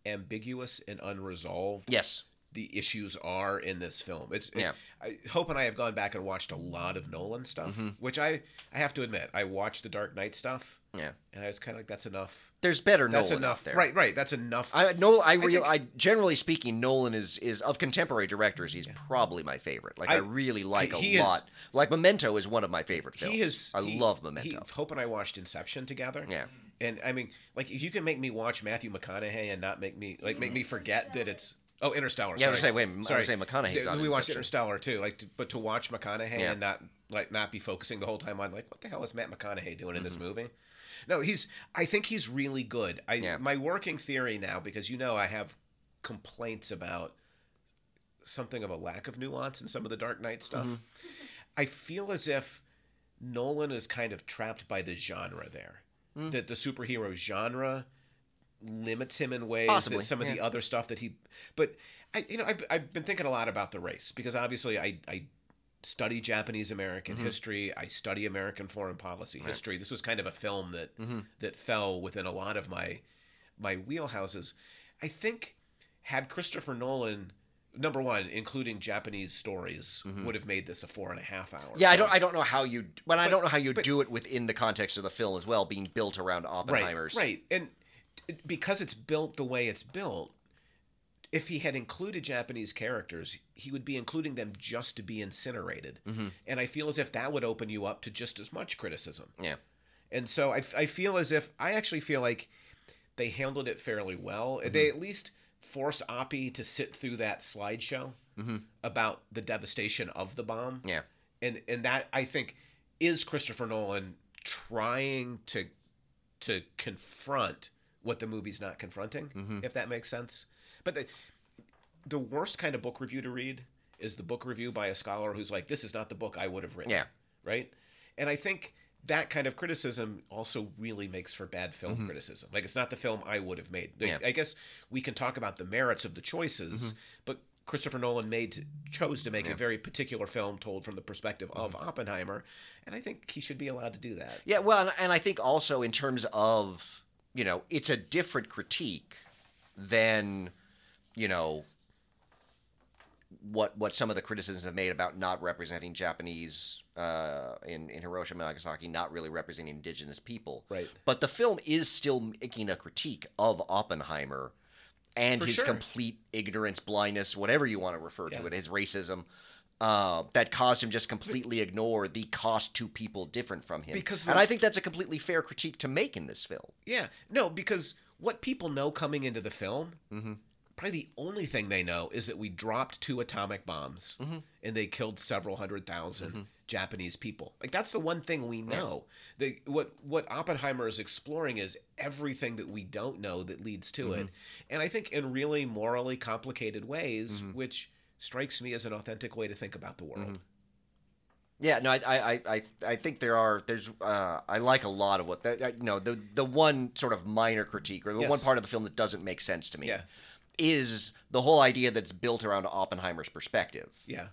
ambiguous and unresolved yes the issues are in this film. It's it- Yeah. I, Hope and I have gone back and watched a lot of Nolan stuff, Mm-hmm. which I I have to admit I watched the Dark Knight stuff, yeah and I was kind of like that's enough. there's better That's nolan out enough. there Right, right. That's enough. i no i real think- i generally speaking nolan is is of contemporary directors he's probably my favorite like i, I- really like he a is- lot like memento is one of my favorite films he is. i he- love he- memento Hope and I watched Inception together. yeah And I mean, like, if you can make me watch Matthew McConaughey and not make me like make me forget that it's oh Interstellar. Mm-hmm. Yeah, I was sorry. gonna say, wait, I was Sorry. gonna say McConaughey's Th- not in We watched Inception. Interstellar too, like, t- but to watch McConaughey Yeah. and not like not be focusing the whole time on like what the hell is Matt McConaughey doing in this Mm-hmm. movie? No, he's. I think he's really good. I Yeah. my working theory now because you know I have complaints about something of a lack of nuance in some of the Dark Knight stuff. Mm-hmm. I feel as if Nolan is kind of trapped by the genre there. Mm. That the superhero genre limits him in ways Possibly, that some of the yeah. other stuff that he but I you know I've, I've been thinking a lot about the race because obviously I I study Japanese American Mm-hmm. history, I study American foreign policy history. This was kind of a film that Mm. Mm-hmm. that fell within a lot of my my wheelhouses. I think had Christopher Nolan number one, including Japanese stories, would have made this a four and a half hour. Mm-hmm. Yeah, I don't. film. I don't know how you. But, I don't know how you but- do it within the context of the film as well, being built around Oppenheimer's. Right, right. And t- because it's built the way it's built, if he had included Japanese characters, he would be including them just to be incinerated. Mm-hmm. And I feel as if that would open you up to just as much criticism. Yeah. And so I, f- I feel as if I actually feel like they handled it fairly well. Mm-hmm. They at least force Oppie to sit through that slideshow about the devastation of the bomb Yeah. and and that I think is Christopher Nolan trying to to confront what the movie's not confronting, Mm-hmm. if that makes sense. But the the worst kind of book review to read is the book review by a scholar who's like, "This is not the book I would have written." Yeah. right. And I think that kind of criticism also really makes for bad film criticism. Like, it's not the film I would have made. Like, Mm-hmm. Yeah. Mm-hmm. I guess we can talk about the merits of the choices, but Christopher Nolan made chose to make a very particular film told from the perspective of Mm-hmm. Oppenheimer, and I think he should be allowed to do that. Yeah. Well, and, and I think also in terms of you know, it's a different critique than you know what what some of the criticisms have made about not representing Japanese uh, in in Hiroshima and Nagasaki, not really representing indigenous people. Right. But the film is still making a critique of Oppenheimer and For his sure. complete ignorance, blindness, whatever you want to refer to Yeah. it, his racism. Uh, that caused him just completely ignore the cost to people different from him, Because and the- I think that's a completely fair critique to make in this film. Yeah, no, because what people know coming into the film, probably the only thing they know is that we dropped two atomic bombs and they killed several hundred thousand Japanese people. Like that's the one thing we know. The what what Oppenheimer is exploring is everything that we don't know that leads to it, and I think in really morally complicated ways, which strikes me as an authentic way to think about the world. Yeah, no, I, I, I- I, I think there are. There's, uh, I like a lot of what that. I, no, the the one sort of minor critique or the one Yes. part of the film that doesn't make sense to me Yeah. is the whole idea that's built around Oppenheimer's perspective, Yeah,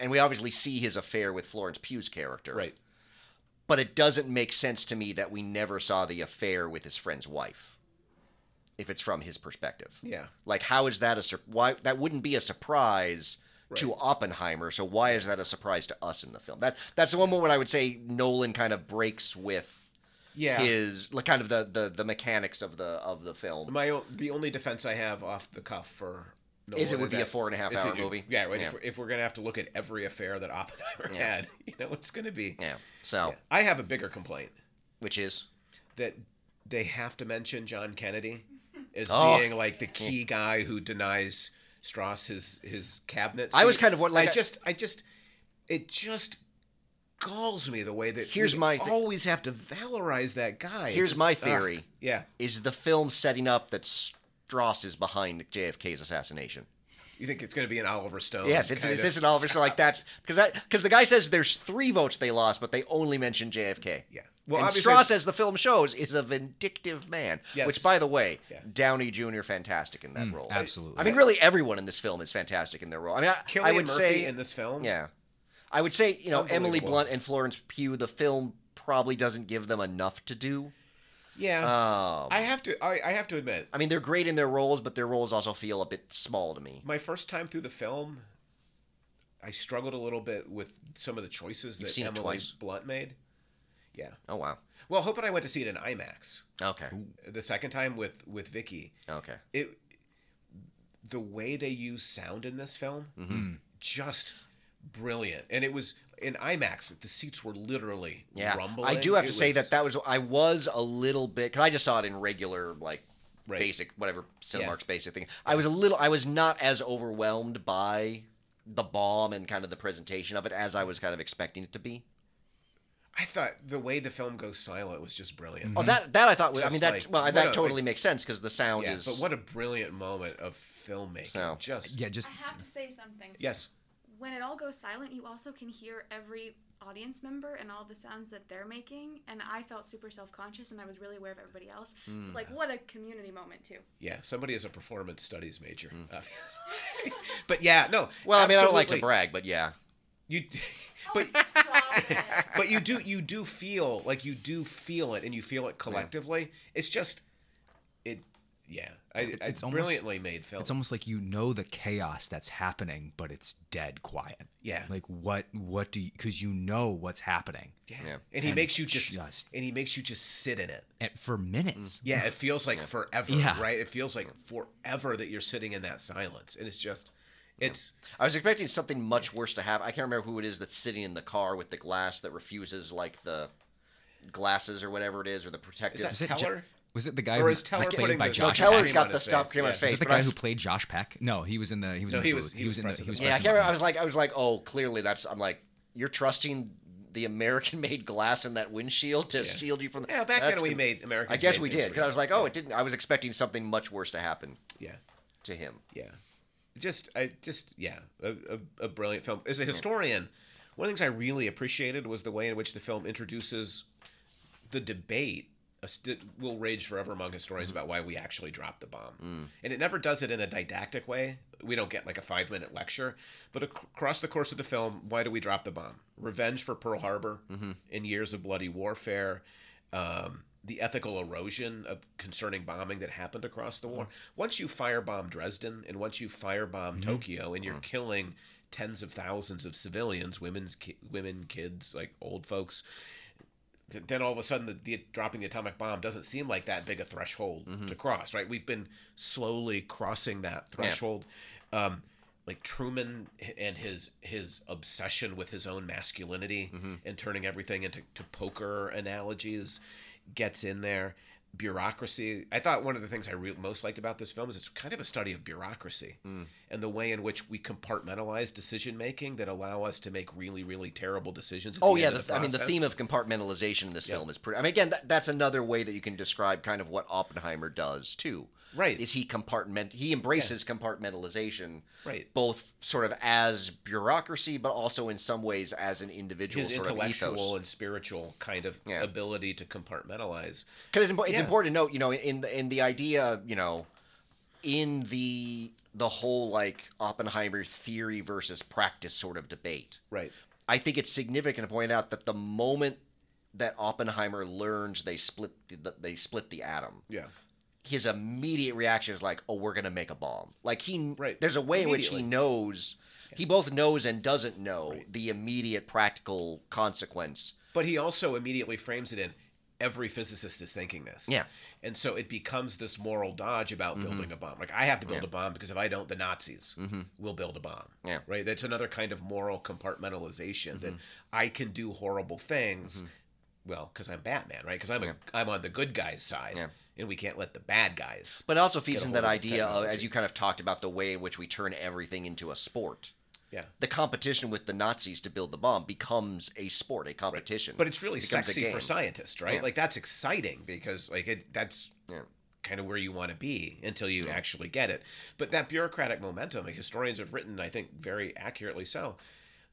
and we obviously see his affair with Florence Pugh's character, right. But it doesn't make sense to me that we never saw the affair with his friend's wife, if it's from his perspective. Yeah. Like, how is that a sur- why that wouldn't be a surprise to Oppenheimer? So why is that a surprise to us in the film? That that's the one moment I would say Nolan kind of breaks with Yeah. his like kind of the, the the mechanics of the of the film. My o- the only defense I have off the cuff for Nolan Is it would be a that- four and a half is hour it- movie. Yeah, right. Yeah. If, if we're gonna have to look at every affair that Oppenheimer Yeah. had, you know, it's gonna be. Yeah. So I have a bigger complaint which is that they have to mention John Kennedy as Oh. being like the key guy who denies Strauss his his cabinet. I was seat. kind of what- like I I- just I just it just galls me the way that Here's we my thi- always have to valorize that guy. It Here's just- my ugh. theory. Yeah, is the film setting up that Strauss is behind JFK's assassination. you think it's gonna be an Oliver Stone? Yes, it's, kind it's, of- it's an Oliver. So like that's because that because the guy says there's three votes they lost, but they only mention JFK. Well, Yeah. Well, and obviously- Strauss, as the film shows, is a vindictive man. Yes. Which, by the way, Yeah. Downey Jr. fantastic in that role. mm, absolutely. I mean, really, everyone in this film is fantastic in their role. I mean, I, I Killian would Murphy say, in this film. yeah, I would say you know Emily Unbelievable. Blunt and Florence Pugh. The film probably doesn't give them enough to do. yeah. Um, I have to. I, I have to admit, I mean, they're great in their roles, but their roles also feel a bit small to me. my first time through the film, I struggled a little bit with some of the choices You've that seen it Emily twice. Blunt made. Yeah. Oh wow. Well, Hope and I went to see it in IMAX Okay. the second time with with Vicky. Okay. It the way they use sound in this film Mm-hmm. just brilliant, and it was in IMAX. The seats were literally Yeah, rumbling. I do have to It say was- that that was I was a little bit because I just saw it in regular like Right. basic whatever Cinemark's basic thing. I was a little I was not as overwhelmed by the bomb and kind of the presentation of it as I was kind of expecting it to be. I thought the way the film goes silent was just brilliant. Oh, that that I thought was I Mm-hmm. Just mean that like- well what that a, totally like- makes sense because the sound Yeah, is but what a brilliant moment of filmmaking. So- Just Yeah, just I have to say something. yes, When it all goes silent, you also can hear every audience member and all the sounds that they're making. And I felt super self conscious and I was really aware of everybody else. Hmm. So, like, what a community moment, too. yeah. Somebody is a performance studies major, obviously. but yeah, no. Mm. well I mean I don't like to absolutely. brag but yeah You, Oh, but stop it. but you do you do feel like you do feel it, and you feel it collectively. It's just it. yeah, I, it's It's almost- brilliantly made film. It's almost like you know the chaos that's happening, but it's dead quiet. yeah, Like what? What do? you Because you know what's happening yeah, Yeah. and he And makes you just, Mm. just- and he makes you just sit in it. and for minutes. Yeah, it feels like forever, Yeah. right? It feels like forever that you're sitting in that silence, and it's just, it's I was expecting something much worse to happen. I can't remember who it is that's sitting in the car with the glass that refuses, like the glasses or whatever it is, or the is protective. that it Ja- Teller? Was it the guy or who is Teller was putting played by No, the Josh? Teller- Peck? Teller's Cream on got the his stuff face, cream on yeah. his Is face. Was it the but I guy who was- played Josh Peck? No, he was in the. He was. No, in the he was- booth. he was in pressing the. the He was. button. Yeah, I can't pressing the remember. I button. was like, I was like, oh, clearly that's. I'm like, you're trusting the American-made glass in that windshield to shield you from. Yeah, back That's then we con- made American. I guess we did because I was like, oh, it didn't. I was expecting something much worse to happen yeah, to him. yeah, just I just yeah, a, a, a brilliant film. As a historian, one of the things I really appreciated was the way in which the film introduces the debate a st- will rage forever among historians about why we actually dropped the bomb. And it never does it in a didactic way. We don't get like a five minute lecture. But ac- across the course of the film, why do we drop the bomb? Revenge for Pearl Harbor in years of bloody warfare, um, the ethical erosion of concerning bombing that happened across the war. Once you firebomb Dresden and once you firebomb Tokyo and you're killing tens of thousands of civilians, women's ki- women, kids, like old folks, th- then all of a sudden the, the dropping the atomic bomb doesn't seem like that big a threshold Mm-hmm. to cross right we've been slowly crossing that threshold um like truman h- and his his obsession with his own masculinity Mm-hmm. and turning everything into to poker analogies gets in there bureaucracy i thought one of the things i re- most liked about this film is it's kind of a study of bureaucracy Mm. and the way in which we compartmentalize decision making that allow us to make really really terrible decisions at Oh the yeah, end the, of the I mean the process. theme of compartmentalization in this film is pretty. I mean again, that, that's another way that you can describe kind of what Oppenheimer does too. Right. Is he compartment? He embraces compartmentalization. Right. Both sort of as bureaucracy, but also in some ways as an individual his sort of intellectual ethos. and spiritual kind of Yeah. ability to compartmentalize. Because it's, impo- it's Yeah. important to note, you know, in the, in the idea, you know, in the the whole like Oppenheimer theory versus practice sort of debate. Right. I think it's significant to point out that the moment that Oppenheimer learns they split the, that they split the atom, Yeah. his immediate reaction is like, "Oh, we're gonna make a bomb." Like he, Right. there's a way in which he Immediately. knows, he both knows and doesn't know the immediate practical consequence. But he also immediately frames it in every physicist is thinking this. Yeah. And so it becomes this moral dodge about building a bomb. Like I have to build a bomb because if I don't, the Nazis will build a bomb. Mm. Yeah. Right. That's another kind of moral compartmentalization that I can do horrible things. Well, because I'm Batman, right? Because I'm a, I'm on the good guys side, Yeah. and we can't let the bad guys. But it also feeds Get a in that hold of this idea of, as technology. you kind of talked about, the way in which we turn everything into a sport. Yeah. The competition with the Nazis to build the bomb becomes a sport, a competition. But it's really Becomes a sexy for game. scientists, right? Yeah. Like that's exciting because like it that's Yeah. kind of where you want to be until you actually get it. But that bureaucratic momentum, like historians have written, I think very accurately so,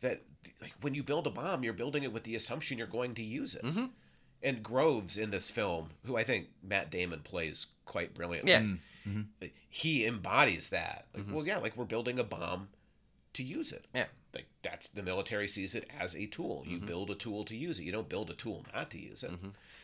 that like when you build a bomb, you're building it with the assumption you're going to use it. Mm-hmm. And Groves in this film, who I think Matt Damon plays quite brilliantly, Yeah. he embodies that. Like, Well, yeah, like we're building a bomb to use it Mm-hmm. yeah. Mm-hmm. like that's the military sees it as a tool. You build a tool to use it. You don't build a tool not to use it.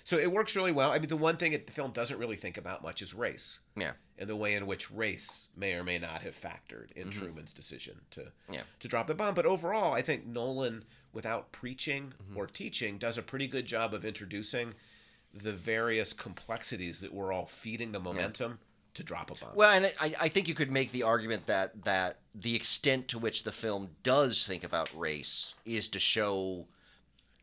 So it works really well. I mean, the one thing it, the film doesn't really think about much is race Yeah. and the way in which race may or may not have factored in Truman's decision to Mm-hmm. Yeah. to drop the bomb. But overall, I think Nolan, without preaching Mm-hmm. or teaching, does a pretty good job of introducing the various complexities that we're all feeding the momentum to drop a bomb. Well, and I, I think you could make the argument that that the extent to which the film does think about race is to show,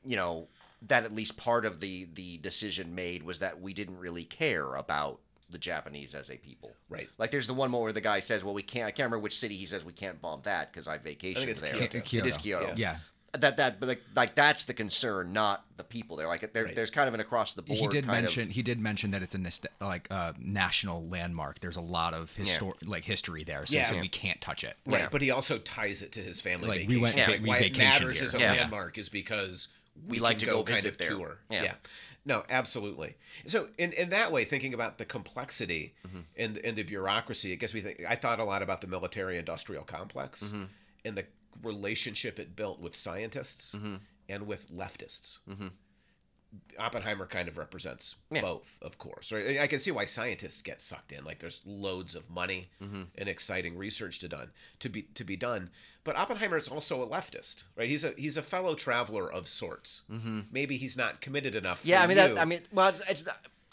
you know, that at least part of the the decision made was that we didn't really care about the Japanese as a people. right. Like there's the one moment where the guy says, "Well, we can't." I can't remember which city he says we can't bomb that because I vacationed it's there. It Kyoto. is Kyoto. Kyoto. Yeah. Yeah. That that but like, like that's the concern, not the people there. Like there, Right. there's kind of an across the board. he did kind Of, mention he did mention that it's a nist- like uh, national landmark. There's a lot of histor- like history there, so, Yeah. so we can't touch it. Right, Yeah. but he also ties it to his family Like, vacation. we went- Yeah. Like, we why it vacationed matters here. as a Yeah. landmark is because we, like can to go kind visit of there. tour. Yeah. No, absolutely. So in, in that way, thinking about the complexity Mm-hmm. and and the bureaucracy, it gets me think I thought a lot about the military industrial complex Mm-hmm. and the Mm-hmm. relationship it built with scientists and with leftists. Oppenheimer kind of represents Yeah. both, of course. Or I I can see why scientists get sucked in. Like there's loads of money Mm-hmm. and exciting research to done to be to be done. But Oppenheimer is also a leftist, right? He's a he's a fellow traveler of sorts. Mm-hmm. Maybe he's not committed enough. Yeah, for I mean, you. that, I mean, well, it's, it's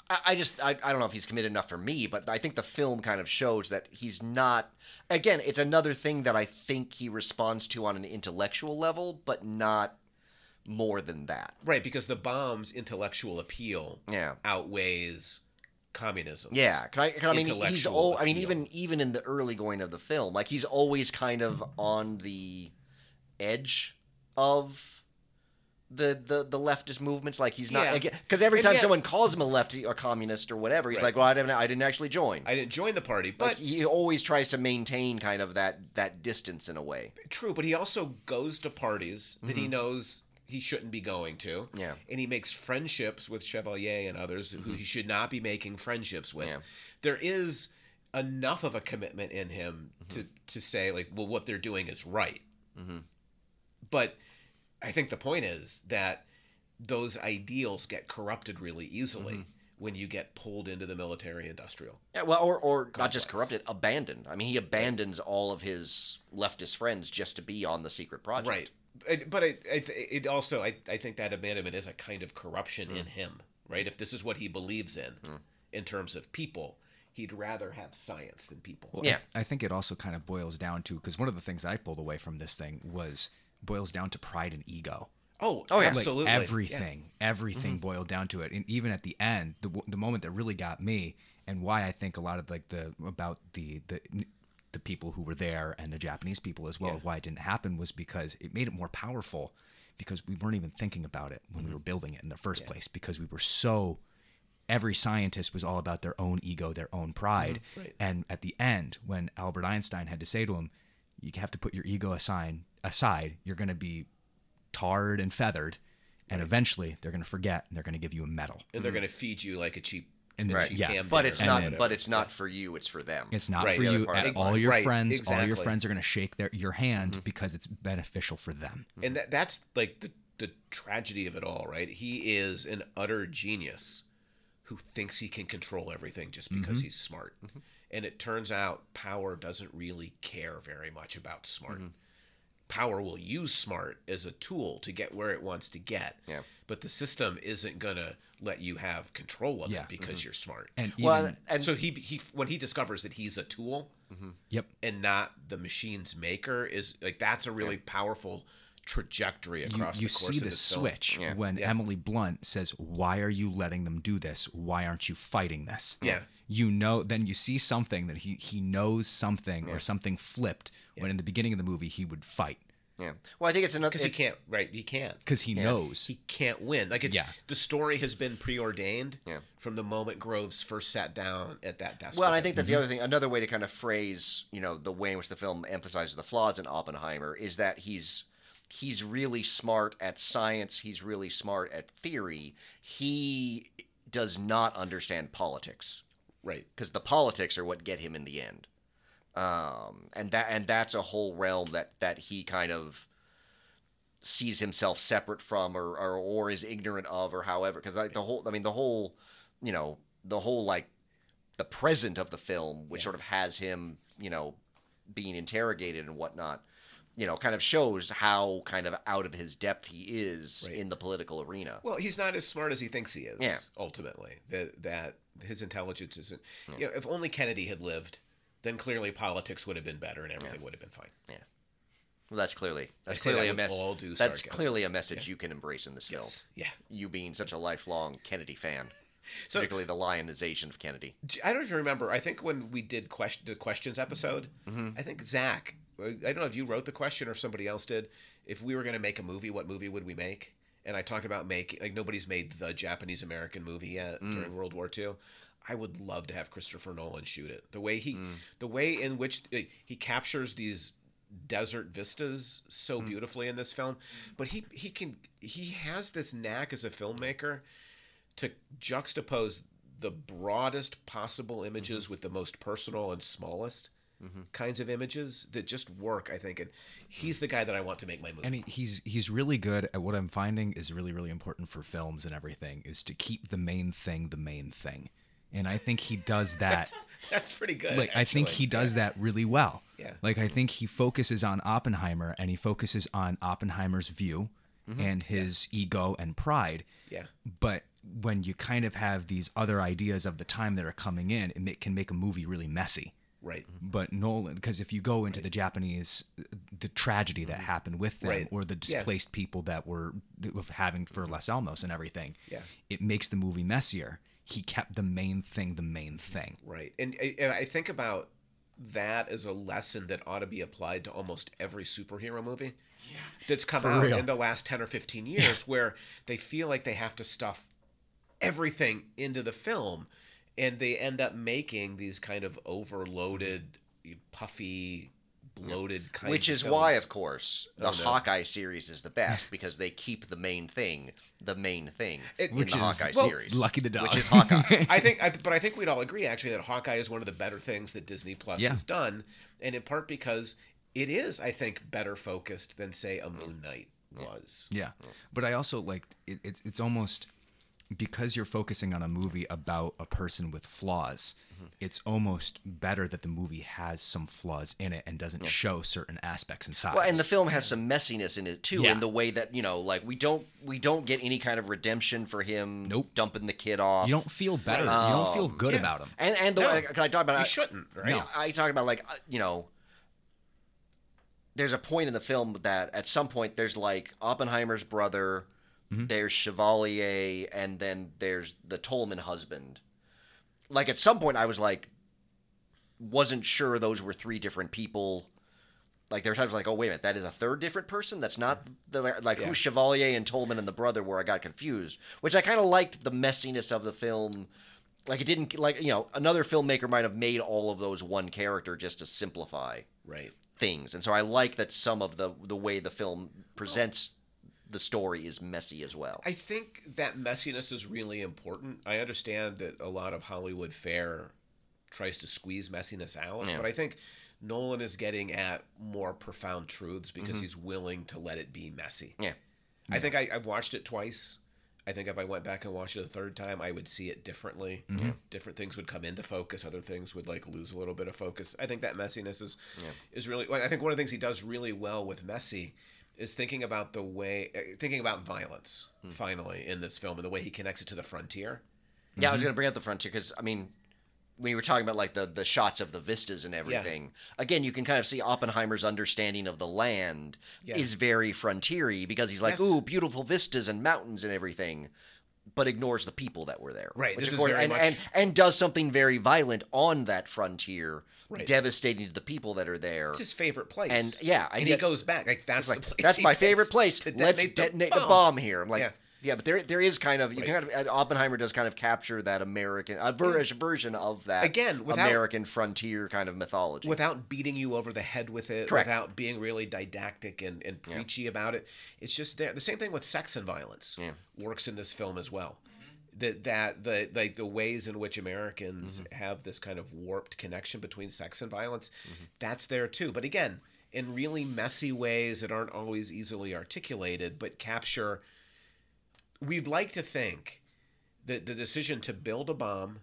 I, I just, I, I don't know if he's committed enough for me, but I think the film kind of shows that he's not. Again, it's another thing that I think he responds to on an intellectual level, but not more than that. right? Because the bomb's intellectual appeal Yeah. outweighs communism. Yeah, can I, can I mean, he's Intellectual all. I mean, appeal. even even in the early going of the film, like he's always kind of on the edge of the the, the leftist movements. Like he's Yeah. not because every And time yet- someone calls him a lefty or communist or whatever, he's Right. like, "Well, I didn't, I didn't actually join." I didn't join the party, but like he always tries to maintain kind of that that distance in a way. True, but he also goes to parties that Mm-hmm. he knows he shouldn't be going to. Yeah. And he makes friendships with Chevalier and others who he should not be making friendships with. Yeah. There is enough of a commitment in him to to say like, well, what they're doing is right. Mm-hmm. But I think the point is that those ideals get corrupted really easily when you get pulled into the military industrial. Yeah, well, or or not just Complex. corrupted, abandoned. I mean, he abandons all of his leftist friends just to be on the secret project. right It- but it, it, it also I, I think that abandonment is a kind of corruption in him right if this is what he believes in in terms of people he'd rather have science than people Well, Yeah. I, I think it also kind of boils down to because one of the things I pulled away from this thing was boils down to pride and ego. oh, Oh, yeah. Like, absolutely Like Yeah. Mm-hmm. everything, everything boiled down to it. And even at the end, the, w- the moment that really got me and why I think a lot of like the about the the the people who were there and the Japanese people as well of why it didn't happen was because it made it more powerful because we weren't even thinking about it Mm-hmm. when we were building it in the first place because we were so every scientist was all about their own ego, their own pride. Mm-hmm. And at the end, when Albert Einstein had to say to him, "You have to put your ego aside. Aside, you're going to be tarred and feathered, and eventually they're going to forget and they're going to give you a medal." and they're gonna feed you like a cheap And a right, cheap yeah. hamburger But it's or not. whatever. But it's not for you. It's for them. It's not Right. for The other you. part at of the all line. your Right, friends, all your exactly. Mm-hmm. friends are going to shake their your hand because it's beneficial for them. and that, that's like the the tragedy of it all right he is an utter genius who thinks he can control everything just because he's smart Mm-hmm. and it turns out power doesn't really care very much about smart Mm-hmm. power will use smart as a tool to get where it wants to get Yeah. but the system isn't going to let you have control of Yeah. it Mm-hmm. because you're smart And even, well, and so he, he when he discovers that he's a tool yep, and not the machine's maker is like that's a really powerful trajectory you, across you the course see of the this film. switch Yeah. when Emily Blunt says, "Why are you letting them do this? Why aren't you fighting this?" Yeah. you know. Then you see something that he he knows something or something flipped when in the beginning of the movie he would fight yeah. Well, I think it's another. because he it- can't right he can't because he knows. he can't win like it's Yeah. the story has been preordained Yeah. from the moment groves first sat down at that desk well, with and I him. think that's the other thing. Another way to kind of phrase, you know, the way in which the film emphasizes the flaws in Oppenheimer is that he's he's really smart at science. He's really smart at theory. He does not understand politics. right because the politics are what get him in the end. Um, and that and that's a whole realm that that he kind of sees himself separate from, or or, or is ignorant of, or however. Because like the whole, I mean, the whole, you know, the whole like the present of the film, which sort of has him, you know, being interrogated and whatnot. You know, kind of shows how kind of out of his depth he is Right. in the political arena. well he's not as smart as he thinks he is Yeah. ultimately that that his intelligence isn't you know if only kennedy had lived then clearly politics would have been better and everything would have been fine Well, that's clearly that's say that clearly a with all message. due That's sarcasm. clearly a message you can embrace in this film. yes yeah you being such a lifelong Kennedy fan, So- particularly the lionization of Kennedy. J- I don't even remember. I think when we did question, the questions episode, I think Zach, I don't know if you wrote the question or if somebody else did. If we were going to make a movie, what movie would we make? And I talked about making, like, nobody's made the Japanese American movie yet during World War II. I would love to have Christopher Nolan shoot it. The way he, the way in which like, he captures these desert vistas Mm. so beautifully in this film, but he he can he has this knack as a filmmaker to Mm-hmm. juxtapose the broadest possible images with the most personal and smallest kinds of images that just work. I think, and he's the guy that I want to make my movie. Mm. and he, he's he's really good at what I'm finding is really really important for films and everything is to keep the main thing the main thing, and I think he does that. That's pretty good. like I think actually. he does that really well. Yeah. Like I think he focuses on Oppenheimer and he focuses on Oppenheimer's view Mm-hmm. and his ego and pride. Yeah. But when you kind of have these other ideas of the time that are coming in, it ma- can make a movie really messy. Right. But Nolan, because if you go into the Japanese, the tragedy Mm-hmm. that happened with them, Right. or the Yeah. displaced people that were that were having for Los Alamos and everything, Yeah. it makes the movie messier. He kept the main thing the main thing. Right. And I, and I think about that as a lesson that ought to be applied to almost every superhero movie that's come For out real. in the last 10 or 15 years where they feel like they have to stuff everything into the film and they end up making these kind of overloaded, puffy, bloated kinds Which of is why, films. of course, the Oh, no. Hawkeye series is the best because they keep the main thing the main thing It- in Which the is- Hawkeye well, series. Lucky the dog. Which is Hawkeye. I think, I, but I think we'd all agree actually that Hawkeye is one of the better things that Disney Plus Yeah. has done, and in part because it is, I think, better focused than say a Moon Knight was. Yeah, but I also like it, it, it's almost because you're focusing on a movie about a person with flaws. Mm-hmm. It's almost better that the movie has some flaws in it and doesn't show certain aspects and sides. Well, and the film has some messiness in it too, Yeah. in the way that you know, like we don't we don't get any kind of redemption for him Nope. dumping the kid off. you don't feel better. you don't feel good Um, yeah. about him. And and the No, way can I talk about You I- shouldn't, right? No. I talked about like uh, you know, there's a point in the film that at some point there's like Oppenheimer's brother, there's Chevalier, and then there's the Tolman husband. Like at some point, I was like, wasn't sure those were three different people. Like there were times like, oh wait a minute, that is a third different person. That's not the like Yeah. who's Chevalier and Tolman and the brother where I got confused. Which I kind of liked the messiness of the film. Like it didn't like you know another filmmaker might have made all of those one character just to simplify Right. things, and so I like that some of the the way the film presents the story is messy as well. I think that messiness is really important. I understand that a lot of Hollywood fare tries to squeeze messiness out, Yeah. but I think Nolan is getting at more profound truths because he's willing to let it be messy. yeah, I think I, I've watched it twice. I think if I went back and watched it a third time, I would see it differently. Mm-hmm. Different things would come into focus. Other things would like lose a little bit of focus. I think that messiness is is really. well, I think one of the things he does really well with messy is thinking about the way, uh, thinking about violence. Hmm. Finally, in this film, and the way he connects it to the frontier. yeah. I Mm-hmm. was gonna bring up the frontier because I mean, when you were talking about like the the shots of the vistas and everything, again, you can kind of see Oppenheimer's understanding of the land Yeah. is very frontiery because he's like, Yes. ooh, beautiful vistas and mountains and everything. But ignores the people that were there, Right, this of is course- very and, much- and and does something very violent on that frontier, Right. devastating to the people that are there. It's his favorite place, And, yeah, I and get- he goes back like that's It's like the place that's he my goes favorite place. to Let's the detonate the bomb here. I'm like, yeah, Yeah. but there there is kind of you Right. kind of and Oppenheimer does kind of capture that American a ver- version of that Again, without- American frontier kind of mythology. without beating you over the head with it, Correct. without being really didactic and, and preachy about it. It's just there. The same thing with sex and violence Yeah. works in this film as well. That that the like the ways in which Americans Mm-hmm. have this kind of warped connection between sex and violence, Mm-hmm. that's there too. But again, in really messy ways that aren't always easily articulated, but capture. We'd like to think that the decision to build a bomb,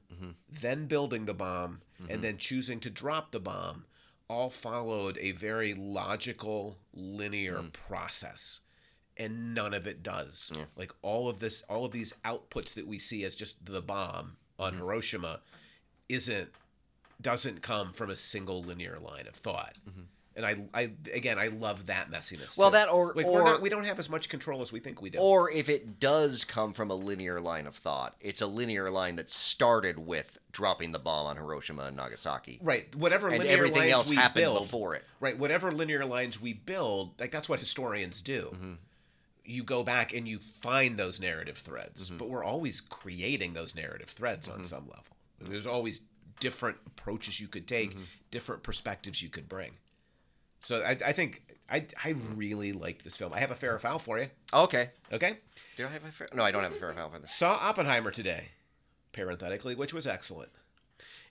then building the bomb, Mm-hmm. and then choosing to drop the bomb all followed a very logical, linear Mm. process. And none of it does. Like all of this, all of these outputs that we see as just the bomb on Mm-hmm. Hiroshima isn't doesn't come from a single linear line of thought. And I, I again, I love that messiness. Mm-hmm. Well, too. that or- like or- we're not, we don't have as much control as we think we do. or if it does come from a linear line of thought, it's a linear line that started with dropping the bomb on Hiroshima and Nagasaki, Right. Whatever and linear everything lines else we happened build, before it. Right. Whatever linear lines we build, like that's what historians do. You go back and you find those narrative threads, but we're always creating those narrative threads on some level. There's always different approaches you could take, different perspectives you could bring. So I, I think I, I really liked this film. I have a fair or foul for you. Okay, Okay. do I have a fair? No, I don't have a fair file for this. Saw Oppenheimer today, parenthetically, which was excellent.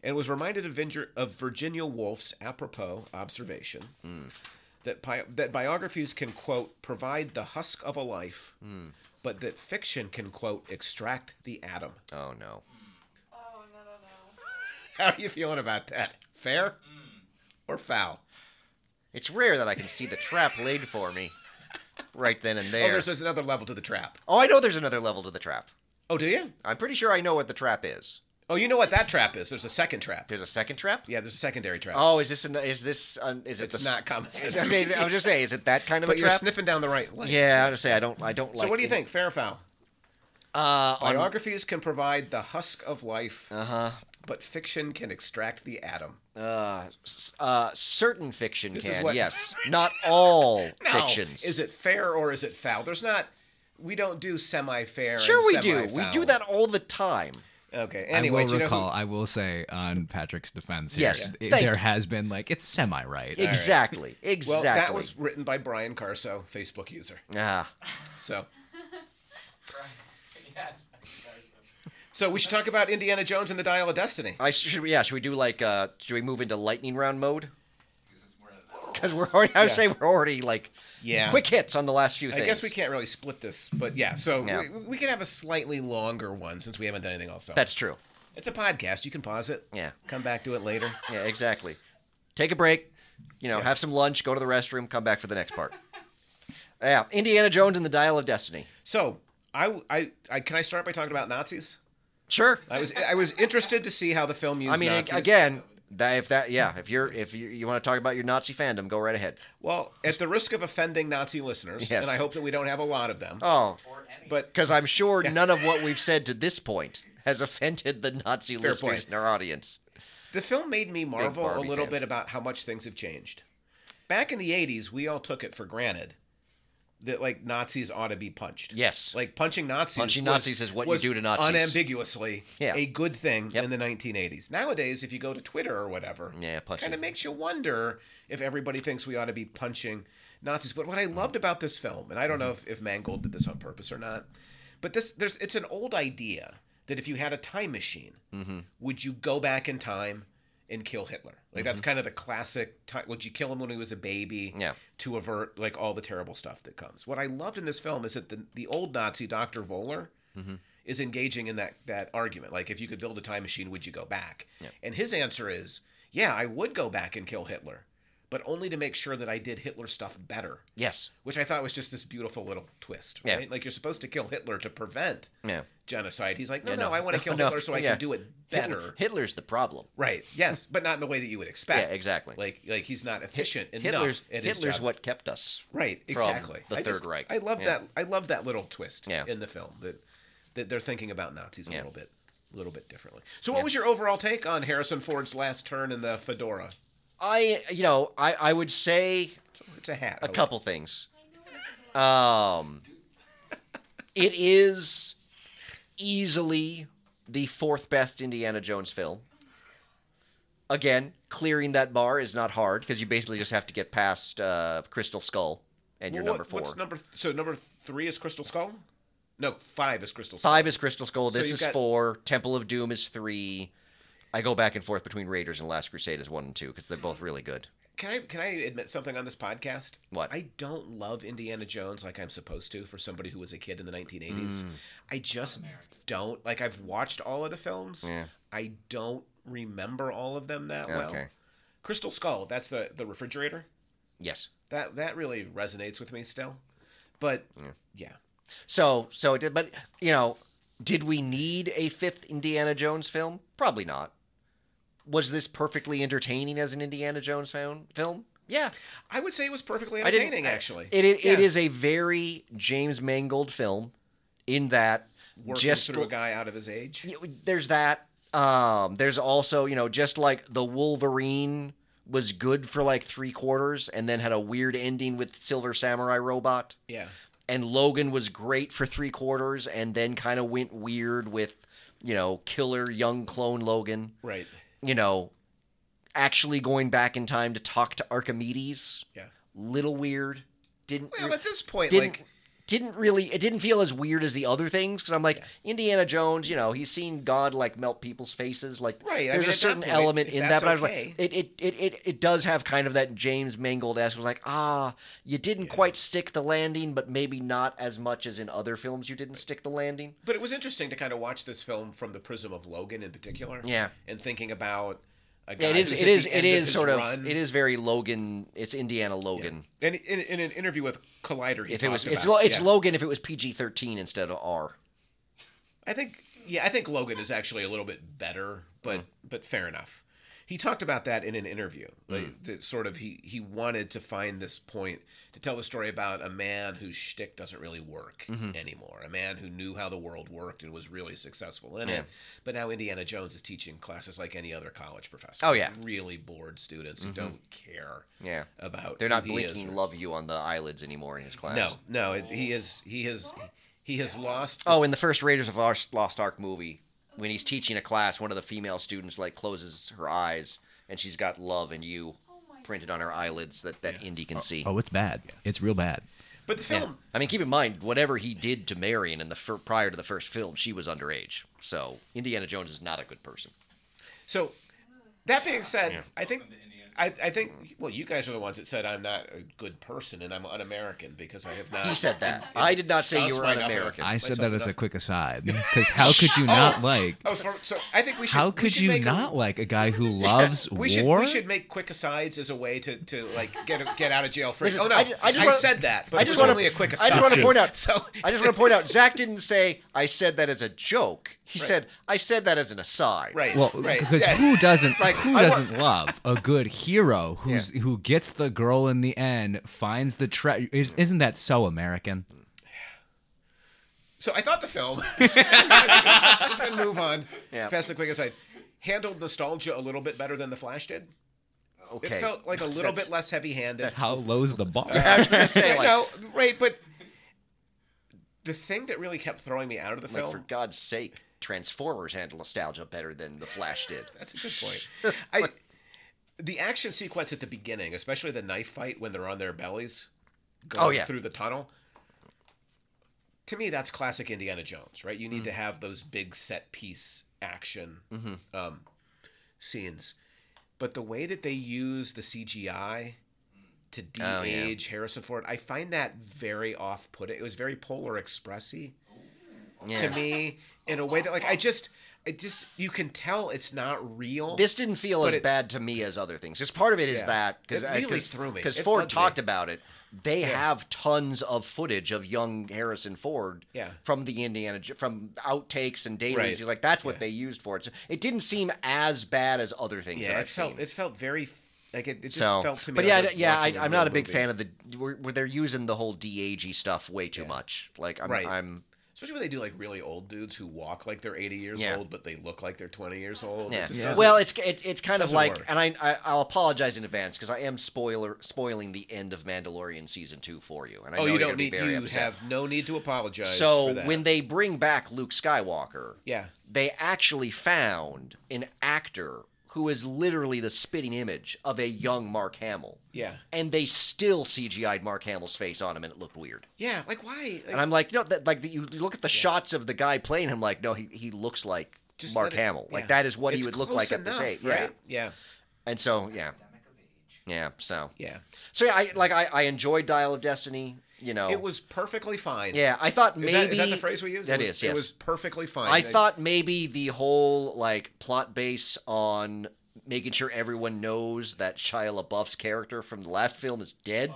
and was reminded of, Vinger- of Virginia Woolf's apropos observation that, pi- that biographies can, quote, provide the husk of a life, but that fiction can, quote, extract the atom. Oh no. Oh no no no. How are you feeling about that? Fair or foul? It's rare that I can see the trap laid for me right then and Oh, there. there's, there's another level to the trap. oh, I know there's another level to the trap. Oh, do you? I'm pretty sure I know what the trap is. Oh, you know what that trap is. There's a second trap. There's a second trap? Yeah, there's a secondary trap. Oh, is this an, is this an, is it It's the s- not common sense. Okay, I was just saying, is it that kind of but a you're trap? sniffing down the right lane. yeah, I was gonna say I don't I don't So like what do you any- think? Fair or foul? Uh on, Biographies can provide the husk of life, uh-huh. but fiction can extract the atom. Uh, s- uh, certain fiction This is can, what- yes. Not all Now, fictions. Is it fair or is it foul? There's not. We don't do semi-fair. and sure, we do. We semi-foul. do that all the time. Okay. Anyway, I do will you know who- recall. I will say on Patrick's defense. Here, Yes, it- thank there you. has been like it's semi right. Exactly. Exactly. well, that was written by Brian Carso, Facebook user. ah, So. So we should talk about Indiana Jones and the Dial of Destiny. I should we, yeah. Should we do like uh? Should we move into lightning round mode? Because we're already. I would Yeah. say we're already like Yeah. quick hits on the last few I things. guess we can't really split this, but yeah. So Yeah. We, we can have a slightly longer one since we haven't done anything else. That's true. it's a podcast. You can pause it. Yeah. Come back to it later. Yeah. Exactly. Take a break. You know, have some lunch. Go to the restroom. Come back for the next part. yeah. Indiana Jones and the Dial of Destiny. So I, I, I can I start by talking about Nazis? Sure. I was I was interested to see how the film used. I mean, Nazis. again, that if that yeah, if you're if you, you want to talk about your Nazi fandom, go right ahead. Well, at the risk of offending Nazi listeners, Yes. and I hope that we don't have a lot of them. Oh, but because I'm sure none of what we've said to this point has offended the Nazi Fair listeners point. in our audience. The film made me marvel a Barbie little fans. bit about how much things have changed. Back in the 80s, we all took it for granted that like Nazis ought to be punched. Yes. Like punching Nazis. Punching was- Nazis is what you was do to Nazis. Unambiguously Yeah. a good thing Yep. in the 1980s. Nowadays, if you go to Twitter or whatever, Yeah, punching. kind of makes you wonder if everybody thinks we ought to be punching Nazis. But what I loved about this film, and I don't know if, if Mangold did this on purpose or not, but this there's it's an old idea that if you had a time machine, would you go back in time and kill Hitler? Like that's kind of the classic. Time, would you kill him when he was a baby? Yeah. To avert like all the terrible stuff that comes. What I loved in this film is that the the old Nazi Doctor Voller is engaging in that that argument. Like, if you could build a time machine, would you go back? And his answer is, yeah, I would go back and kill Hitler, but only to make sure that I did Hitler stuff better, Yes. which I thought was just this beautiful little twist. Yeah. Right? Like, you're supposed to kill Hitler to prevent Yeah. genocide. He's like, no, Yeah, no, no. I want to kill No, Hitler so I yeah. can do it Hitler- better. Hitler's the problem. Right. Yes, but not in the way that you would expect. Yeah, exactly. Like, like he's not efficient enough. Hitler's at his Hitler's job. what kept us. Right, from exactly. the I Third just- Reich. I love Yeah. that. I love that little twist Yeah. in the film that that they're thinking about Nazis a Yeah. little bit, a little bit differently. So, what was your overall take on Harrison Ford's last turn in the fedora? I you know I I would say It's a hat. I a would- couple things. Um, it is easily the fourth best Indiana Jones film. Again, clearing that bar is not hard because you basically just have to get past uh, Crystal Skull and you're Well, number what- four. What's number? th- So number three is Crystal Skull. No, five is Crystal Skull. Five is Crystal Skull. So This you've is got- four. Temple of Doom is three. I go back and forth between Raiders and Last Crusade is one and two because they're both really good. Can I can I admit something on this podcast? What? I don't love Indiana Jones like I'm supposed to for somebody who was a kid in the 1980s. Mm. I just don't like. I've watched all of the films. Yeah. I don't remember all of them that well. Okay. Crystal Skull. That's the the refrigerator. Yes. That that really resonates with me still. But yeah, So, so it did, but you know, did we need a fifth Indiana Jones film? Probably not. Was this perfectly entertaining as an Indiana Jones film? Film? Yeah, I would say it was perfectly I didn't- entertaining. I- actually, it it, it Yeah. is a very James Mangold film, in that working just through a guy out of his age. you know, there's that. Um, there's also you know just like the Wolverine was good for like three quarters and then had a weird ending with Silver Samurai Robot Yeah, and Logan was great for three quarters and then kind of went weird with, you know, killer young clone Logan, right. you know, actually going back in time to talk to Archimedes. Yeah. Little weird. Didn't Well, at this point, didn't like didn't really it didn't feel as weird as the other things because I'm like Indiana Jones, you know, he's seen God like melt people's faces, like Right, I There's mean, a at that certain point, element if in that, that's but I was okay. like, it it, it, it it does have kind of that James Mangold esque was like ah, you didn't quite stick the landing, but maybe not as much as in other films you didn't stick the landing. But it was interesting to kind of watch this film from the prism of Logan in particular. Yeah. And thinking about a guy Yeah, it is who's it at is the it end is his sort of run. it is very Logan. It's Indiana Logan. And in, in an interview with Collider, he If it was, talked it's, about- Lo- it's yeah. Logan. If it was PG thirteen instead of R, I think yeah, I think Logan is actually a little bit better, but but fair enough. He talked about that in an interview. Like, Hmm. that sort of he he wanted to find this point to tell the story about a man whose shtick doesn't really work Mm-hmm. anymore. A man who knew how the world worked and was really successful in Yeah. it. But now Indiana Jones is teaching classes like any other college professor. Oh, yeah. really bored students who don't care yeah, about they're who not he is blinking or- "Love You" on the eyelids anymore in his class. No, no, it, he is he has he has lost. Oh, in the first Raiders of Lost Lost Ark movie, when he's teaching a class, one of the female students like closes her eyes and she's got "Love and You" printed on her eyelids that that Indy can see. Oh, it's bad. It's real bad. but the Yeah. film I mean, keep in mind, whatever he did to Marion in the fir- prior to the first film, she was underage. So Indiana Jones is not a good person. So, that being said, I think, I, I think, well, you guys are the ones that said I'm not a good person and I'm un-American because I have not. He said that. I did not say you Sounds were like un-American. I said myself that as a enough. quick aside because how could you not like? Oh, for, so I think we should. How we could should you make a- not like a guy who loves we should war? we should make quick asides as a way to, to like get get out of jail free. Listen, oh no, I I, ju- I just wanna- said that, but I just it's wanna- only a quick I aside. just want to point out. So I just want to point out. Zach didn't say I said that as a joke. He said I said that as an aside. right, Well, right, because yeah. who doesn't Like, who I wa- doesn't love a good hero who's who gets the girl in the end, finds the tre- is, isn't that so American? So I thought the film. just gonna move on. Yeah. Past the quick aside. Handled nostalgia a little bit better than the Flash did. It Okay. felt like a little That's- bit less heavy-handed. How low's the bar? I was gonna say Yeah, like, no, right, but the thing that really kept throwing me out of the like, film. for God's sake, Transformers handle nostalgia better than the Flash did. that's a good point. I, the action sequence at the beginning, especially the knife fight when they're on their bellies, going Oh, yeah. through the tunnel. To me, that's classic Indiana Jones, right? You Mm-hmm. need to have those big set piece action Mm-hmm. um, scenes, but the way that they use the CGI to Oh, yeah. de-age Harrison Ford, I find that very off-putting. It was very Polar Expressy. Yeah. to me in a way that like I just it just you can tell it's not real. This didn't feel But as it- bad to me as other things. Because part of it is Yeah. that because It really threw me. because It Ford bugged me. talked about it. They have tons of footage of young Harrison Ford Yeah. from the Indiana Jo- from outtakes and dailies. Right. He's Like that's what they used for it. So it didn't seem as bad as other things. that yeah, it I've felt seen. it felt very like it, it just so, felt to me. but like yeah, I I- was yeah, I, watching I'm not a big real fan movie. of the where where they're using the whole DAG stuff way too much. Like I'm, Right. I'm especially when they do like really old dudes who walk like they're 80 years Yeah. old but they look like they're 20 years old. It Yeah. just doesn't- Well, it's it, it's kind of doesn't like, work. and I, I I'll apologize in advance because I am spoiler spoiling the end of Mandalorian season two for you, and I oh, know you you're don't gonna be need very you upset. have no need to apologize. for so that. when they bring back Luke Skywalker, yeah, they actually found an actor who is literally the spitting image of a young Mark Hamill, yeah, and they still CGI'd Mark Hamill's face on him, and it looked weird. yeah, like why? Like, And I'm like, no, that like the, you look at the shots of the guy playing him, like, no, he, he looks like just Mark let it- Hamill, like yeah. that is what he It's would look close like at enough, this age, yeah. right? yeah, And so yeah, yeah, so yeah. so yeah, I like I, I enjoyed Dial of Destiny, you know. It was perfectly fine. yeah, I thought Is maybe that- is that the phrase we use? That it is was, yes. It was perfectly fine. I thought maybe the whole like plot base on making sure everyone knows that Shia LaBeouf's character from the last film is dead.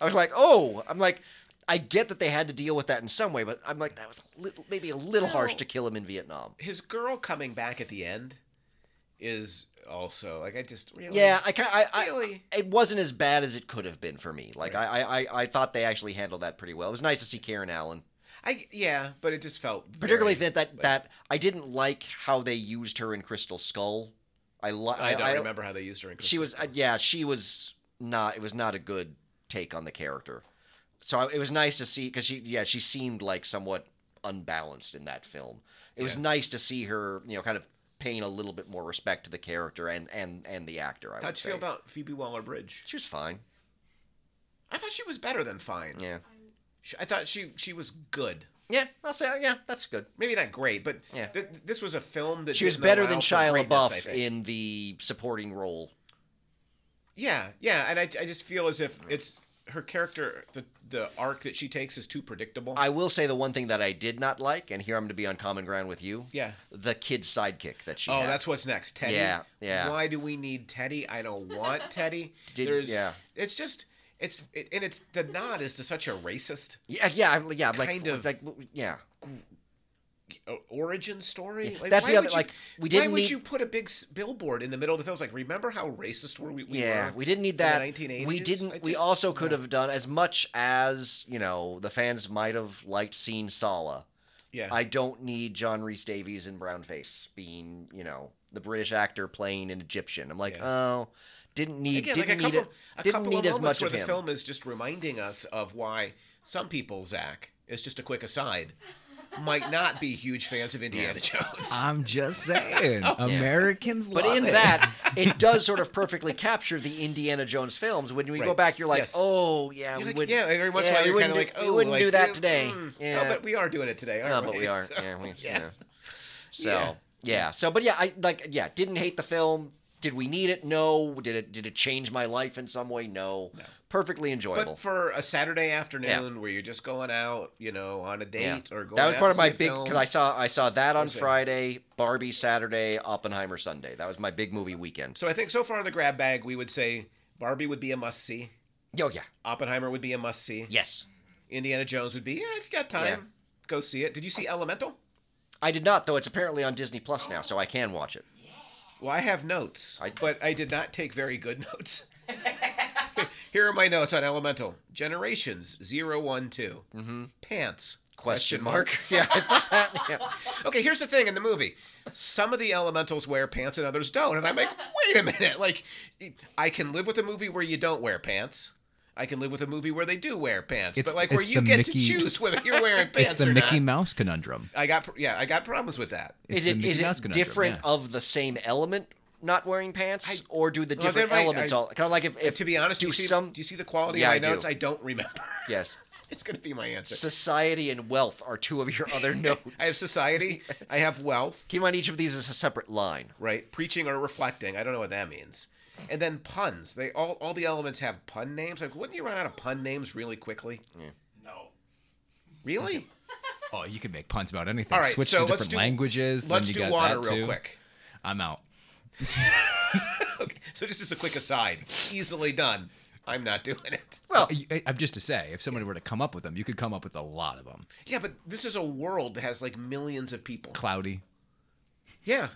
I was like, oh, I'm like, I get that they had to deal with that in some way, but I'm like, that was a little, maybe a little harsh No. to kill him in Vietnam. his girl coming back at the end is also like I just really Yeah, I kind, I, I, really it wasn't as bad as it could have been for me. Like I, I, I, I thought they actually handled that pretty well. It was nice to see Karen Allen, I yeah, but it just felt very- particularly that that, that I didn't like how they used her in Crystal Skull. I, li- I don't remember how they used her in She was, uh, yeah, she was not. It was not a good take on the character. So I, it was nice to see because she, yeah, she seemed like somewhat unbalanced in that film. It was Yeah. nice to see her, you know, kind of paying a little bit more respect to the character and and and the actor. I How'd would you say feel about Phoebe Waller Bridge? she was fine. I thought she was better than fine. Yeah. She, I thought she she was good. Yeah, I'll say yeah, that's good. Maybe not great, but Yeah. th- this was a film that She was didn't better allow than for Shia greatness, I LaBeouf think. in the supporting role. Yeah, yeah, and I, I just feel as if it's her character the the arc that she takes is too predictable. I will say the one thing that I did not like, and here I'm going to be on common ground with you. yeah. The kid sidekick that she. Oh, had. that's what's next, Teddy. Yeah, yeah. Why do we need Teddy? I don't want Teddy. Did- There's, yeah. It's just it's it, and it's the nod is to such a racist yeah, yeah, I'm- yeah. Like, Kind of. like, yeah. uh, origin story. Yeah, that's why the other- would you- like, we Why didn't would need- you put a big s- billboard in the middle of the film? It's like, remember how racist were we? we yeah, were we didn't need in the that. 1980s? we didn't. I we just- also could no. have done as much as you know. The fans might have liked seeing Sala. Yeah, I don't need John Rhys Davies in brownface being you know the British actor playing an Egyptian. I'm like, Yeah. oh, didn't need. didn't like a need couple, it. a Didn't couple need of as much moments where of the him. film is just reminding us of why some people, Zach, it's just a quick aside, might not be huge fans of Indiana Jones. Ah, I'm just saying, Americans But love in it. that, it does sort of perfectly capture the Indiana Jones films. When we go Right. back, you're like, Yes. "Oh, yeah, we You're like, would, yeah, every once yeah, in a while we you're wouldn't kind of do- like, oh, we wouldn't like, do that mm, today." mm. yeah, No, but we are doing it today, No, aren't but we are. So, yeah, we, yeah. yeah. So yeah. so but yeah, I like yeah. Didn't hate the film. Did we need it? No. Did it did it change my life in some way? No. Perfectly enjoyable. But for a Saturday afternoon where you're just going out, you know, on a date yeah. or going that was out part of to my see a big film. because I saw I saw that on Thursday. Friday, Barbie Saturday, Oppenheimer Sunday. That was my big movie weekend. So I think so far in the grab bag, we would say Barbie would be a must see, Oh yeah, Oppenheimer would be a must see, yes. Indiana Jones would be, yeah, if you got time, go see it. Did you see Elemental? I did not though. It's apparently on Disney Plus now, so I can watch it. Well, I have notes, I- but I did not take very good notes. Here are my notes on Elemental Generations 012. Mm-hmm. Pants. Question mark? yeah, I saw that. Yeah. Okay, here's the thing in the movie. Some of the elementals wear pants and others don't. And I'm like, wait a minute. Like, I can live with a movie where you don't wear pants. I can live with a movie where they do wear pants. It's- but, like, where it's you the get to Mickey- choose whether you're wearing pants it's the or Mickey not. Mouse conundrum. I got, pr- yeah, I got problems with that. It's is the it Mickey is Mouse it conundrum, different yeah. of the same element not wearing pants, or do the Well, different there might- elements I- all kind of like if, if to be honest, do do you, see, some do you see the quality Yeah, of my I do. notes? I don't remember. yes it's going to be my answer. society and wealth are two of your other notes. I have society. I have wealth. Keep in mind each of these is a separate line. Right, preaching or reflecting. I don't know what that means. And then puns. They all all the elements have pun names. Like, wouldn't you run out of pun names really quickly? No. Really? Oh, you can make puns about anything. All right, Switch so to let's different do- languages. Let's then you do got water that real too. quick. I'm out. Okay. So just as a quick aside, easily done. I'm not doing it. Well, I- I- I'm just to say, if somebody were to come up with them, you could come up with a lot of them. Yeah, but this is a world that has like millions of people. Cloudy. Yeah.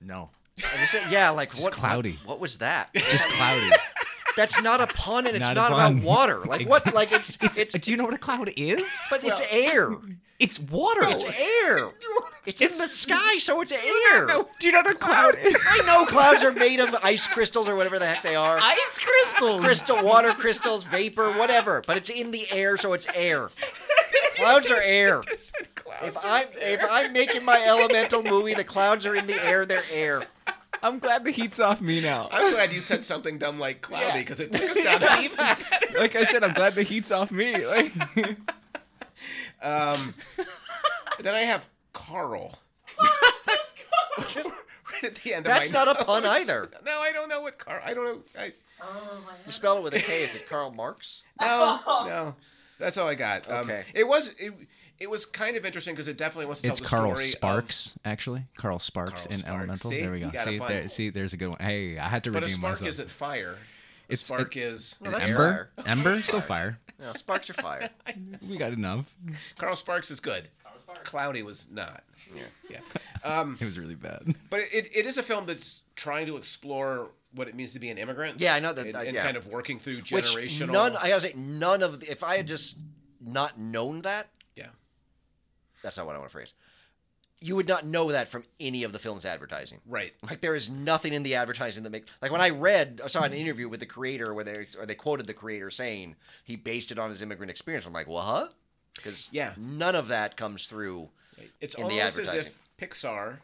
No. I just said- yeah, like what cloudy. What, what was that? Just cloudy. That's not a pun, and it's Not not, a pun. about water. Like what? Like it's it's, do you know what a cloud is? but it's air. It's water. It's air. It's in the sky, so it's air. do you know what a cloud is? I know clouds are made of ice crystals or whatever the heck they are. Ice crystals. crystal water crystals vapor whatever but it's in the air so it's air clouds are air if i'm if i'm making my elemental movie the clouds are in the air they're air I'm glad the heat's off me now. I'm glad you said something dumb like cloudy because it took us down to even better. Like I said, I'm glad the heat's off me. Like Um, then I have Carl. right at the end. That's of my not a pun notes. either. No, I don't know what Carl. I don't know. I, you spell it with a k is it karl marx no, no. That's all I got. Um, Okay. It was it, it was kind of interesting because it definitely wants to it's tell the Carl story. of- Sparks, actually. Carl Sparks Carl in Sparks. Elemental. See? There we go. You got a See, fun there, one. see, there's a good one. Hey, I had to but a redeem spark myself. isn't fire. A It's- spark it- is Well, Oh, that's Ember, fire. Ember, still fire. no sparks are fire We got enough. Carl Sparks is good. Cloudy was not. Yeah. Um, It was really bad. but it, it, it is a film that's trying to explore what it means to be an immigrant. Yeah, I know that- And, that- and yeah. kind of working through which generational. none i gotta say none of the, if i had just not known that yeah. that's not what i want to phrase you would not know that from any of the film's advertising Right. Like there is nothing in the advertising that makes like when I read I saw an interview with the creator where they or they quoted the creator saying he based it on his immigrant experience. I'm like, well, huh? Because Yeah. none of that comes through. It's in the almost as if advertising. Pixar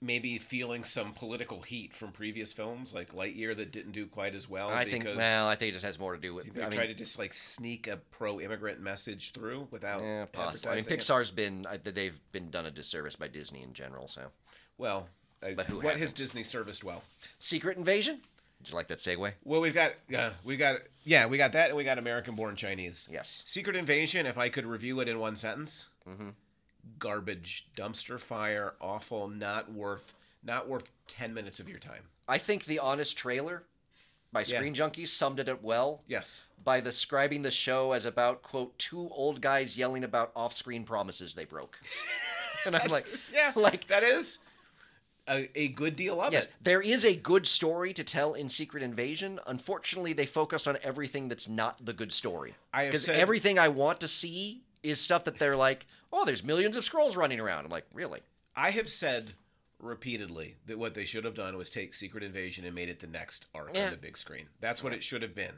maybe feeling some political heat from previous films like Lightyear that didn't do quite as well. I think. Well, I think it just has more to do with. They I mean, try to just like sneak a pro-immigrant message through without yeah, possibly. eh, I mean, advertising it. Pixar's been I- they've been done a disservice by Disney in general. So, Well, uh, But who what has hasn't? Disney serviced well? Secret Invasion. Did you like that segue? Well, we've got uh, we got yeah, we got that, and we got American-born Chinese. Yes. Secret Invasion. If I could review it in one sentence, Mm-hmm. garbage, dumpster fire, awful, not worth, not worth ten minutes of your time. I think the honest trailer by Yeah. Screen Junkies summed it up well Yes, by describing the show as about quote two old guys yelling about off-screen promises they broke. and I'm like, yeah, like that is a, a good deal of Yes, it. there is a good story to tell in Secret Invasion. Unfortunately, they focused on everything that's not the good story. I have Because said- everything I want to see is stuff that they're like, oh, there's millions of scrolls running around. I'm like, really? I have said repeatedly that what they should have done was take Secret Invasion and made it the next arc Yeah. on the big screen. That's what it should have been.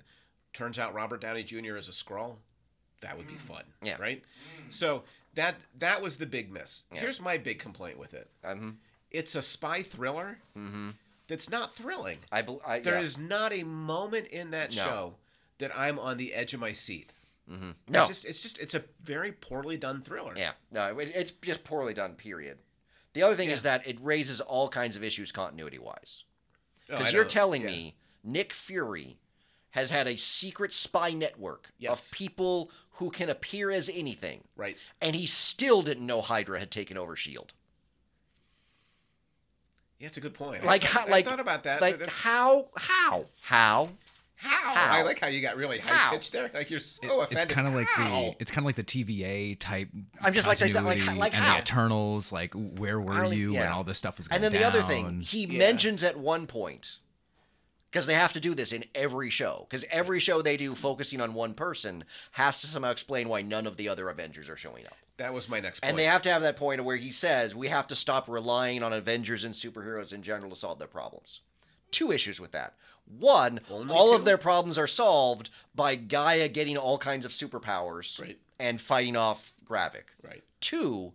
Turns out Robert Downey Jr. is a Skrull. That would be fun, Mm. Yeah. right? So that that was the big miss. Yeah. Here's my big complaint with it. Um, It's a spy thriller mhm. that's not thrilling. I, bel I There yeah. is not a moment in that No. show that I'm on the edge of my seat. Mhm. It no, just it's just it's a very poorly done thriller. yeah, no, it, it's just poorly done. Period. The other thing Yeah. is that it raises all kinds of issues continuity wise. Oh, I Because you're don't- telling yeah. me Nick Fury has had a secret spy network Yes. of people who can appear as anything. right. and he still didn't know Hydra had taken over Shield. Yeah, it's a good point. Like, I, how, I like, thought about that. Like That's- how, how, how? How? How? I like how you got really high How? pitched there. Like you're so offended. it's kind of like the How? it's kind of like the TVA type. I'm just like that- that- like- continuity like and how? the Eternals, like where I were don't- e- you when yeah. all this stuff was going And then the other thing, down? he Yeah. mentions at one point because they have to do this in every show because every show they do focusing on one person has to somehow explain why none of the other Avengers are showing up. That was my next point. And they have to have that point where he says we have to stop relying on Avengers and superheroes in general to solve their problems. Two issues with that. One, Only all two? of their problems are solved by Gaia getting all kinds of superpowers Right. and fighting off Gravik. right. Two,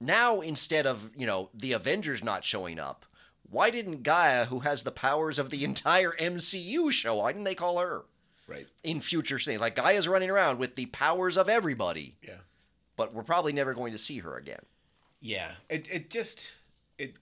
now instead of, you know, the Avengers not showing up, why didn't Gaia, who has the powers of the entire MCU show, why didn't they call her Right. in future things? Like Gaia's running around with the powers of everybody, Yeah. but we're probably never going to see her again. Yeah. It it just it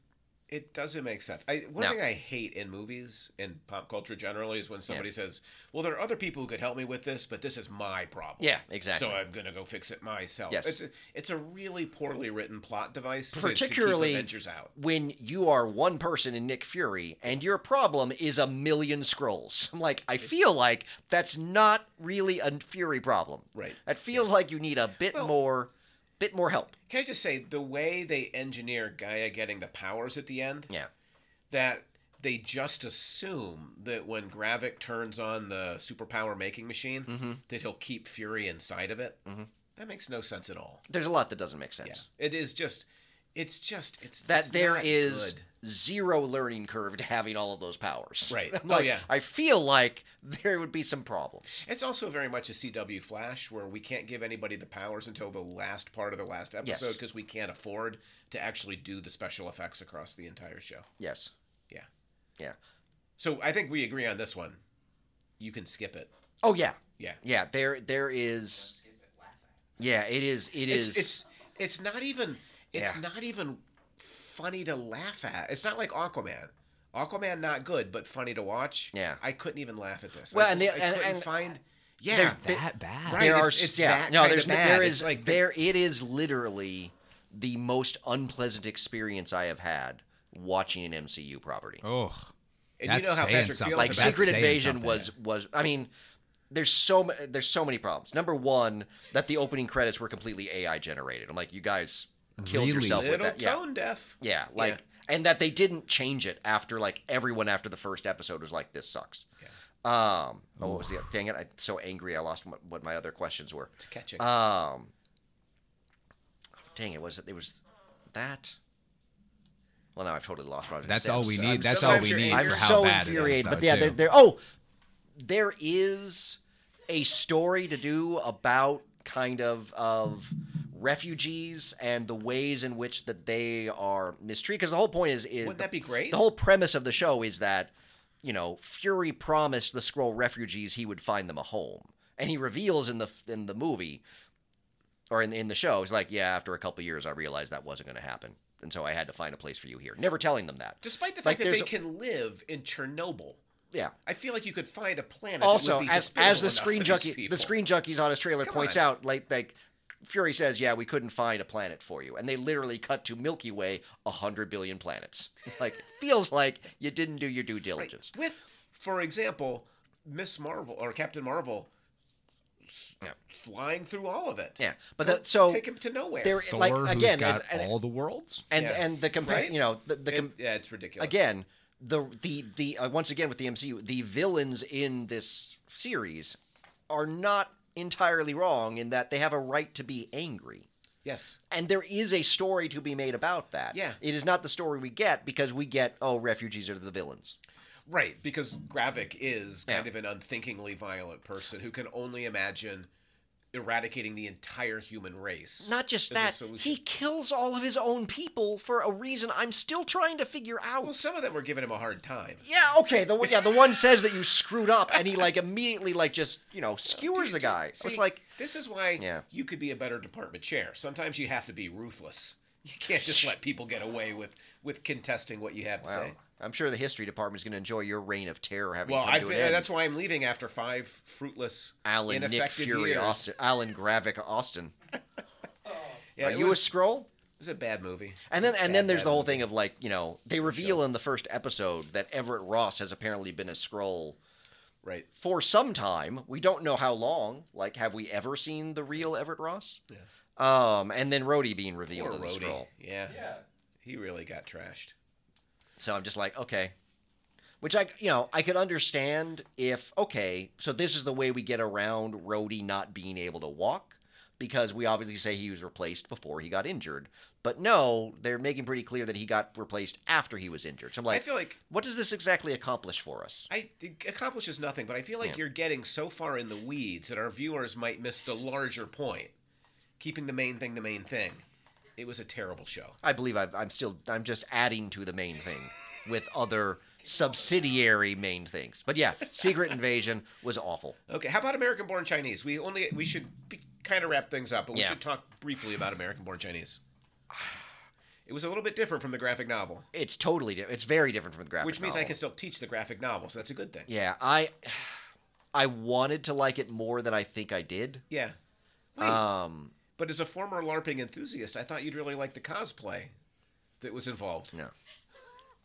it doesn't make sense. I one No. thing I hate in movies and pop culture generally is when somebody says, "Well, there are other people who could help me with this, but this is my problem." Yeah, exactly. So I'm gonna go fix it myself. Yes. It's a, it's a really poorly written plot device, to- to, Particularly- keep Avengers out. when you are one person in Nick Fury and your problem is a million scrolls. I'm like, I feel like that's not really a Fury problem. Right. That feels like you need a bit Well- more bit more help. Can I just say the way they engineer Gaia getting the powers at the end? Yeah. that they just assume that when Gravik turns on the superpower making machine, Mm-hmm. that he'll keep Fury inside of it. Mm-hmm. That makes no sense at all. There's a lot that doesn't make sense. Yeah, it is just, it's just, it's it's That there not is good. zero learning curve to having all of those powers. Right. I'm Oh, like, yeah. I feel like there would be some problems. It's also very much a CW Flash where we can't give anybody the powers until the last part of the last episode Yes. because we can't afford to actually do the special effects across the entire show. Yes. Yeah. Yeah. So I think we agree on this one. You can skip it. Oh yeah. Yeah. Yeah, there there is Yeah, it is it is it's, it's it's not even it's Yeah. not even funny to laugh at. It's not like Aquaman. Aquaman not good, but funny to watch. Yeah. I couldn't even laugh at this. Well, I and just- the- I and- couldn't and- find yeah, There's- there- that bad. Right. there are it's- s- it's yeah that no kinda there's n- bad. there It's is like the- there it is literally the most unpleasant experience I have had watching an MCU property. Oh, and that's you know how saying Patrick something. feels like about that's Secret saying Invasion something. was was I mean there's so ma- there's so many problems. Number one, that the opening credits were completely AI generated. I'm like, you guys killed Really? yourself little with that. Yeah, tone deaf. yeah, like and that they didn't change it after like everyone after the first episode was like, this sucks. Yeah. Um, oh, what was the dang it? I'm so angry. I lost what, what my other questions were. It's catching. Um, dang it, was it? It was that. Well, now I've totally lost. What I was gonna That's say. I'm all we so- need. I'm That's so, all sometimes we you're need. angry. I'm for how so bad it is, infuriated. though, but yeah, too. there, there. Oh, there is a story to do about kind of of refugees and the ways in which that they are mistreated. Because the whole point is, is Wouldn't that be great? the whole premise of the show is that you know Fury promised the Skrull refugees he would find them a home, and he reveals in the in the movie or in in the show, he's like, yeah, after a couple years, I realized that wasn't going to happen, and so I had to find a place for you here. Never telling them that. Despite the Like, fact that they there's a- can live in Chernobyl, Yeah. I feel like you could find a planet. that Also, would be as as hospitable the enough screen for these junkie, people. the screen junkies on his trailer Come points on. out, like like. Fury says, "Yeah, we couldn't find a planet for you," and they literally cut to Milky Way, a hundred billion planets. Like, it feels like you didn't do your due Right. diligence. With, for example, Miss Marvel or Captain Marvel s- Yeah. flying through all of it. Yeah, but that, so take him to nowhere. there, Thor, like who's again, got as- and, all the worlds. and, Yeah. and the compare, Right? you know, the, the It- com- yeah, it's ridiculous. again, the the the uh, once again with the MCU, the villains in this series are not entirely wrong in that they have a right to be angry. yes, And there is a story to be made about that. Yeah. It is not the story we get because we get, oh, refugees are the villains. right, because Gravik is kind Yeah. of an unthinkingly violent person who can only imagine eradicating the entire human race. Not just As a that, solution. he kills all of his own people for a reason I'm still trying to figure out. well, some of them were giving him a hard time. Yeah, okay. The one- yeah, the one says that you screwed up, and he like immediately like just you know skewers the guy. See, it's like this is why Yeah. you could be a better department chair. Sometimes you have to be ruthless. You can't just let people get away with with contesting what you have to wow. say. I'm sure the history department is going to enjoy your reign of terror having Well, come I uh, to an end. that's why I'm leaving after five fruitless, Alan Nick ineffective Fury years. Austin, Alan Gravik Austin. Yeah, Are it you was, a scroll? it was a bad movie. And then and then Bad, there's bad the whole movie. thing of like you know they reveal in the first episode that Everett Ross has apparently been a scroll Right. for some time. We don't know how long. Like, have we ever seen the real Everett Ross? Yeah. Um, and then Rhodey being revealed Poor as a Rhodey. scroll. Yeah. Yeah. He really got trashed. So I'm just like, okay. Which I, you know, I could understand if okay, so this is the way we get around Rhodey not being able to walk because we obviously say he was replaced before he got injured, but no, they're making pretty clear that he got replaced after he was injured. So I'm like, I feel like what does this exactly accomplish for us? I it accomplishes nothing, but I feel like Yeah. you're getting so far in the weeds that our viewers might miss the larger point. Keeping the main thing the main thing. It was a terrible show. I believe I've, I'm still, I'm just adding to the main thing with other subsidiary main things. But yeah, Secret Invasion was awful. Okay, how about American Born Chinese? We only we should be, kind of wrap things up, but we Yeah. should talk briefly about American Born Chinese. It was a little bit different from the graphic novel, It's totally, di- it's very different from the graphic which means I novel. can still teach the graphic novel, so that's a good thing. Yeah, I I wanted to like it more than I think I did. Yeah. Wait, Um but as a former LARPing enthusiast, I thought you'd really like the cosplay that was involved. no.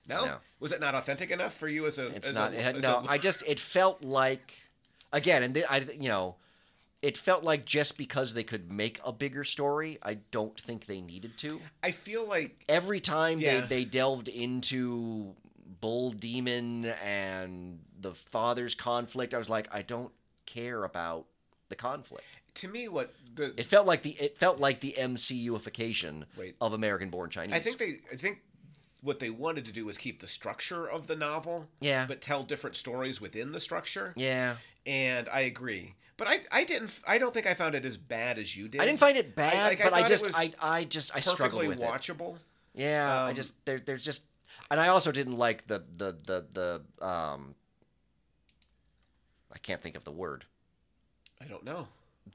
No? No. Was it not authentic enough for you as a It's as not a, it had, as no, a- I just it felt like again and th- I you know, it felt like just because they could make a bigger story, I don't think they needed to. I feel like Every time Yeah. they they delved into Bull Demon and the father's conflict, I was like I don't care about the conflict. to me what the It felt like the it felt like the MCUification Wait. of American born Chinese. I think they I think what they wanted to do was keep the structure of the novel, Yeah. but tell different stories within the structure. yeah. and I agree. But I, I didn't. I don't think I found it as bad as you did. I didn't find it bad, like, I but I, thought it just, was I, I just, I struggled perfectly with it. watchable. Yeah, I Um, just there, there's just, and I also didn't like the the the the um. I can't think of the word. I don't know.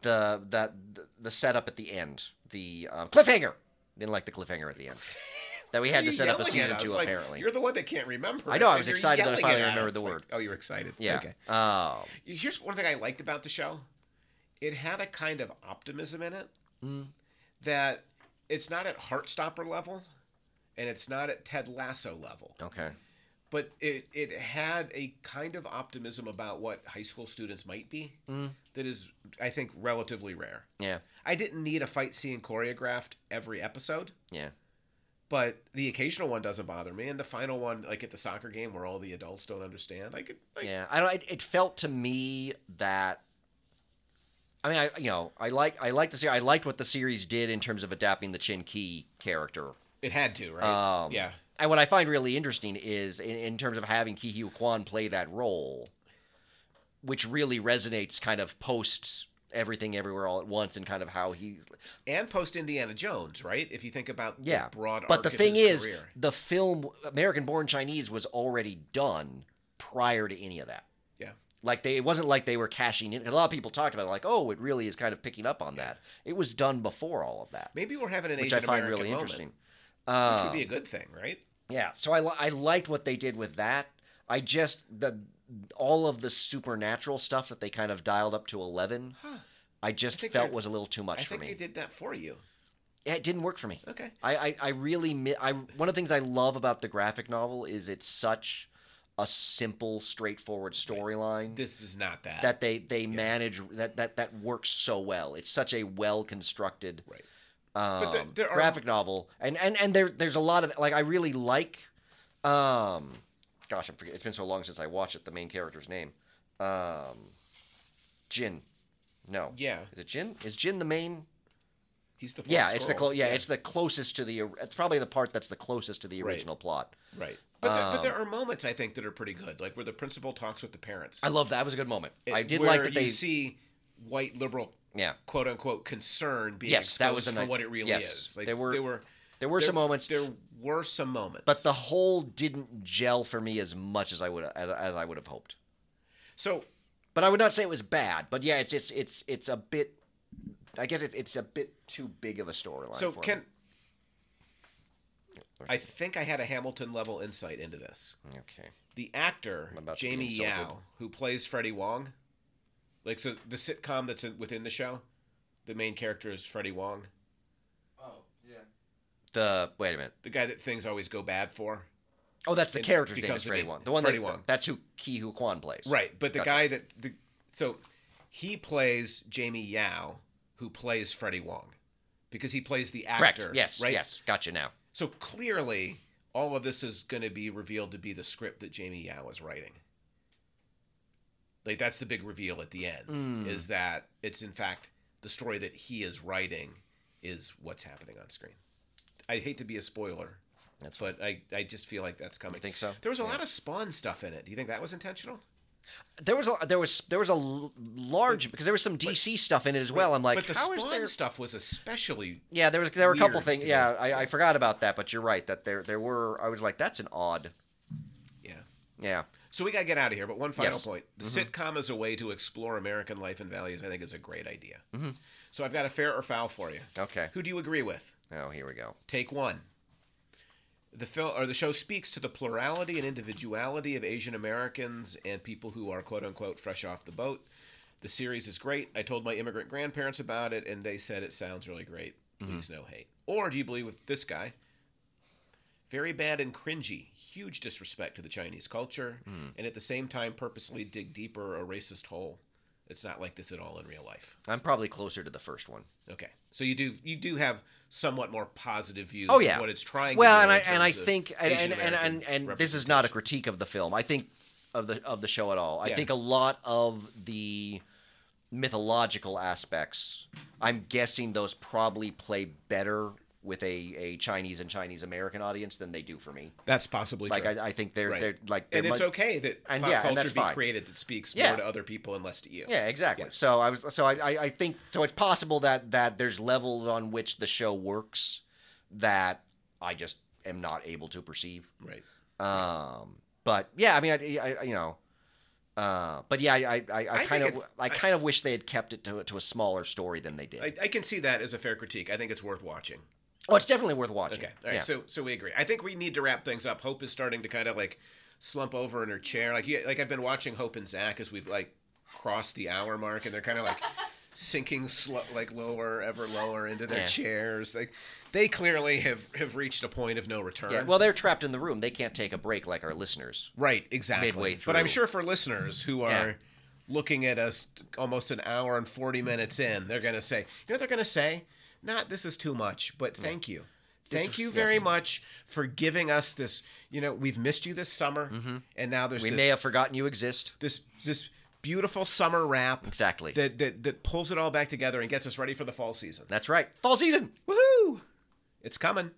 The that the, the setup at the end, the um, cliffhanger. Didn't like the cliffhanger at the end. That we had What to are you set up a yelling at season us? two, Like, apparently. you're the one that can't remember. I know, it, I and was you're excited that I yelling finally at us. remembered the Like, word. oh, you're excited. yeah. Okay. Oh. Here's one thing I liked about the show. It had a kind of optimism in it Mm. that it's not at Heartstopper level, and it's not at Ted Lasso level. Okay. but it it had a kind of optimism about what high school students might be Mm. that is i think relatively rare Yeah. i didn't need a fight scene choreographed every episode Yeah. but the occasional one doesn't bother me and the final one like at the soccer game where all the adults don't understand i could like, yeah i don't it, it felt to me that i mean i you know i like i like the se- i liked what the series did in terms of adapting the chin key character it had to right Um, yeah and what i find really interesting is in, in terms of having ki hee kwan play that role which really resonates kind of post everything everywhere all at once and kind of how he and post Indiana Jones, right? If you think about yeah the broad but arc the of thing his is career. the film american born chinese was already done prior to any of that yeah, like they it wasn't like they were cashing in a lot of people talked about it like oh it really is kind of picking up on that it was done before all of that maybe we're having an which i Asian find American really moment, interesting which Um, would be a good thing, right? yeah so I, li- I liked what they did with that i just the all of the supernatural stuff that they kind of dialed up to 11 Huh. i just think felt they're- was a little too much I for think me they did that for you. Yeah, it didn't work for me Okay, I, I, I really mi- I one of the things I love about the graphic novel is it's such a simple, straightforward storyline this is not that. that they they manage that, that that works so well. It's such a well constructed right. um, there- there are- graphic novel, and and and there there's a lot of like I really like, um, gosh, I'm forget, it's been so long since I watched it. The main character's name, um, Jin, no, Yeah, is it Jin? Is Jin the main? he's the fourth Yeah, it's the scroll. clo- yeah, it's the closest to the. or- It's probably the part that's the closest to the Right. original plot. right. But, there, but um, there are moments I think that are pretty good, like where the principal talks with the parents. I love that. That was a good moment. I It- did where like that you they. see white liberal yeah, quote unquote concern being Yes, that exposed was a for nice- what it really yes, is. Like, there were- there were there were some there- moments, There were some moments. but the whole didn't gel for me as much as I would as, as I would have hoped. so But I would not say it was bad. But yeah, it's it's it's it's a bit. I guess it's it's a bit too big of a storyline. so for can me. I think I had a Hamilton level insight into this. okay. The actor I'm about to be Jamie insulted. Yao, who plays Freddie Wong, like so the sitcom that's in, within the show, the main character is Freddie Wong, The wait a minute. the guy that things always go bad for. Oh, that's the It character's name. becomes Is the Freddie main- Wong. The one Freddie that Wong. that's who Ki Hu Kwan plays. Right, but the Gotcha. guy that the so he plays Jamie Yao, who plays Freddie Wong, because he plays the Correct. actor. yes. right. Yes. Gotcha now. So clearly, all of this is going to be revealed to be the script that Jamie Yao is writing. Like that's the big reveal at the end Mm. is that it's in fact the story that he is writing is what's happening on screen. I hate to be a spoiler, That's fine. but I, I just feel like that's coming. You think so? There was a Yeah. lot of Spawn stuff in it. Do you think that was intentional? There was a there was there was a l- large because there was some DC stuff in it as well. I'm like, but the how Spawn is there? stuff was especially Yeah, there was there were a couple weird things. to Yeah, I, I forgot about that, but you're right that there there were. I was like, that's an odd. yeah. Yeah, So we gotta get out of here. But one final Yes. point: the sitcom as a way to explore American life and values, I think, is a great idea. Mhm. So I've got a fair or foul for you. okay. Who do you agree with? Oh, here we go. Take one. The film or the show speaks to the plurality and individuality of Asian Americans and people who are quote unquote fresh off the boat. The series is great. I told my immigrant grandparents about it, and they said it sounds really great. Please no hate. Or do you believe with this guy? Very bad and cringy. Huge disrespect to the Chinese culture, and at the same time, purposely dig deeper a racist hole. It's not like this at all in real life. I'm probably closer to the first one. Okay, so you do you do have somewhat more positive views. Oh of yeah. what it's trying. Well, to and do I in and I terms of think and and, Asian and, and, American and this is not a representation. critique of the film. I think of the of the show at all. I Yeah. think a lot of the mythological aspects. I'm guessing those probably play better with a, a Chinese and Chinese American audience than they do for me. That's possibly Like true. I, I think they're Right. they're like they're and it's much- okay that and pop yeah, and culture that's be fine. created that speaks Yeah. more to other people and less to you. Yeah, exactly. Yeah. So I was so I, I I think so it's possible that that there's levels on which the show works that I just am not able to perceive. Right. Um, but yeah, I mean, I, I- I- you know, uh, but yeah, I I, I think kind of it's- I I- kind of wish they had kept it to to a smaller story than they did. I, I can see that as a fair critique. I think it's worth watching. oh, it's definitely worth watching. Okay. All right. Yeah. So so we agree. I think we need to wrap things up. Hope is starting to kind of like slump over in her chair. Like you, like I've been watching Hope and Zach as we've like crossed the hour mark, and they're kind of like sinking sl- like lower, ever lower into their Yeah. chairs. Like they clearly have have reached a point of no return. yeah. Well, they're trapped in the room. They can't take a break like our listeners. Right, exactly. Midway But I'm through. sure for listeners who are Yeah. looking at us t- almost an hour and 40 minutes in, they're going to say, you know what they're going to say? Not this is too much, but thank you. Thank was- you Hmm. yes. very much for giving us this. You know, we've missed you this summer, and now there's Mm-hmm. We this, may have forgotten you exist. this this beautiful summer wrap Exactly. that, that that pulls it all back together and gets us ready for the fall season. That's right. Fall season. Woohoo! It's coming.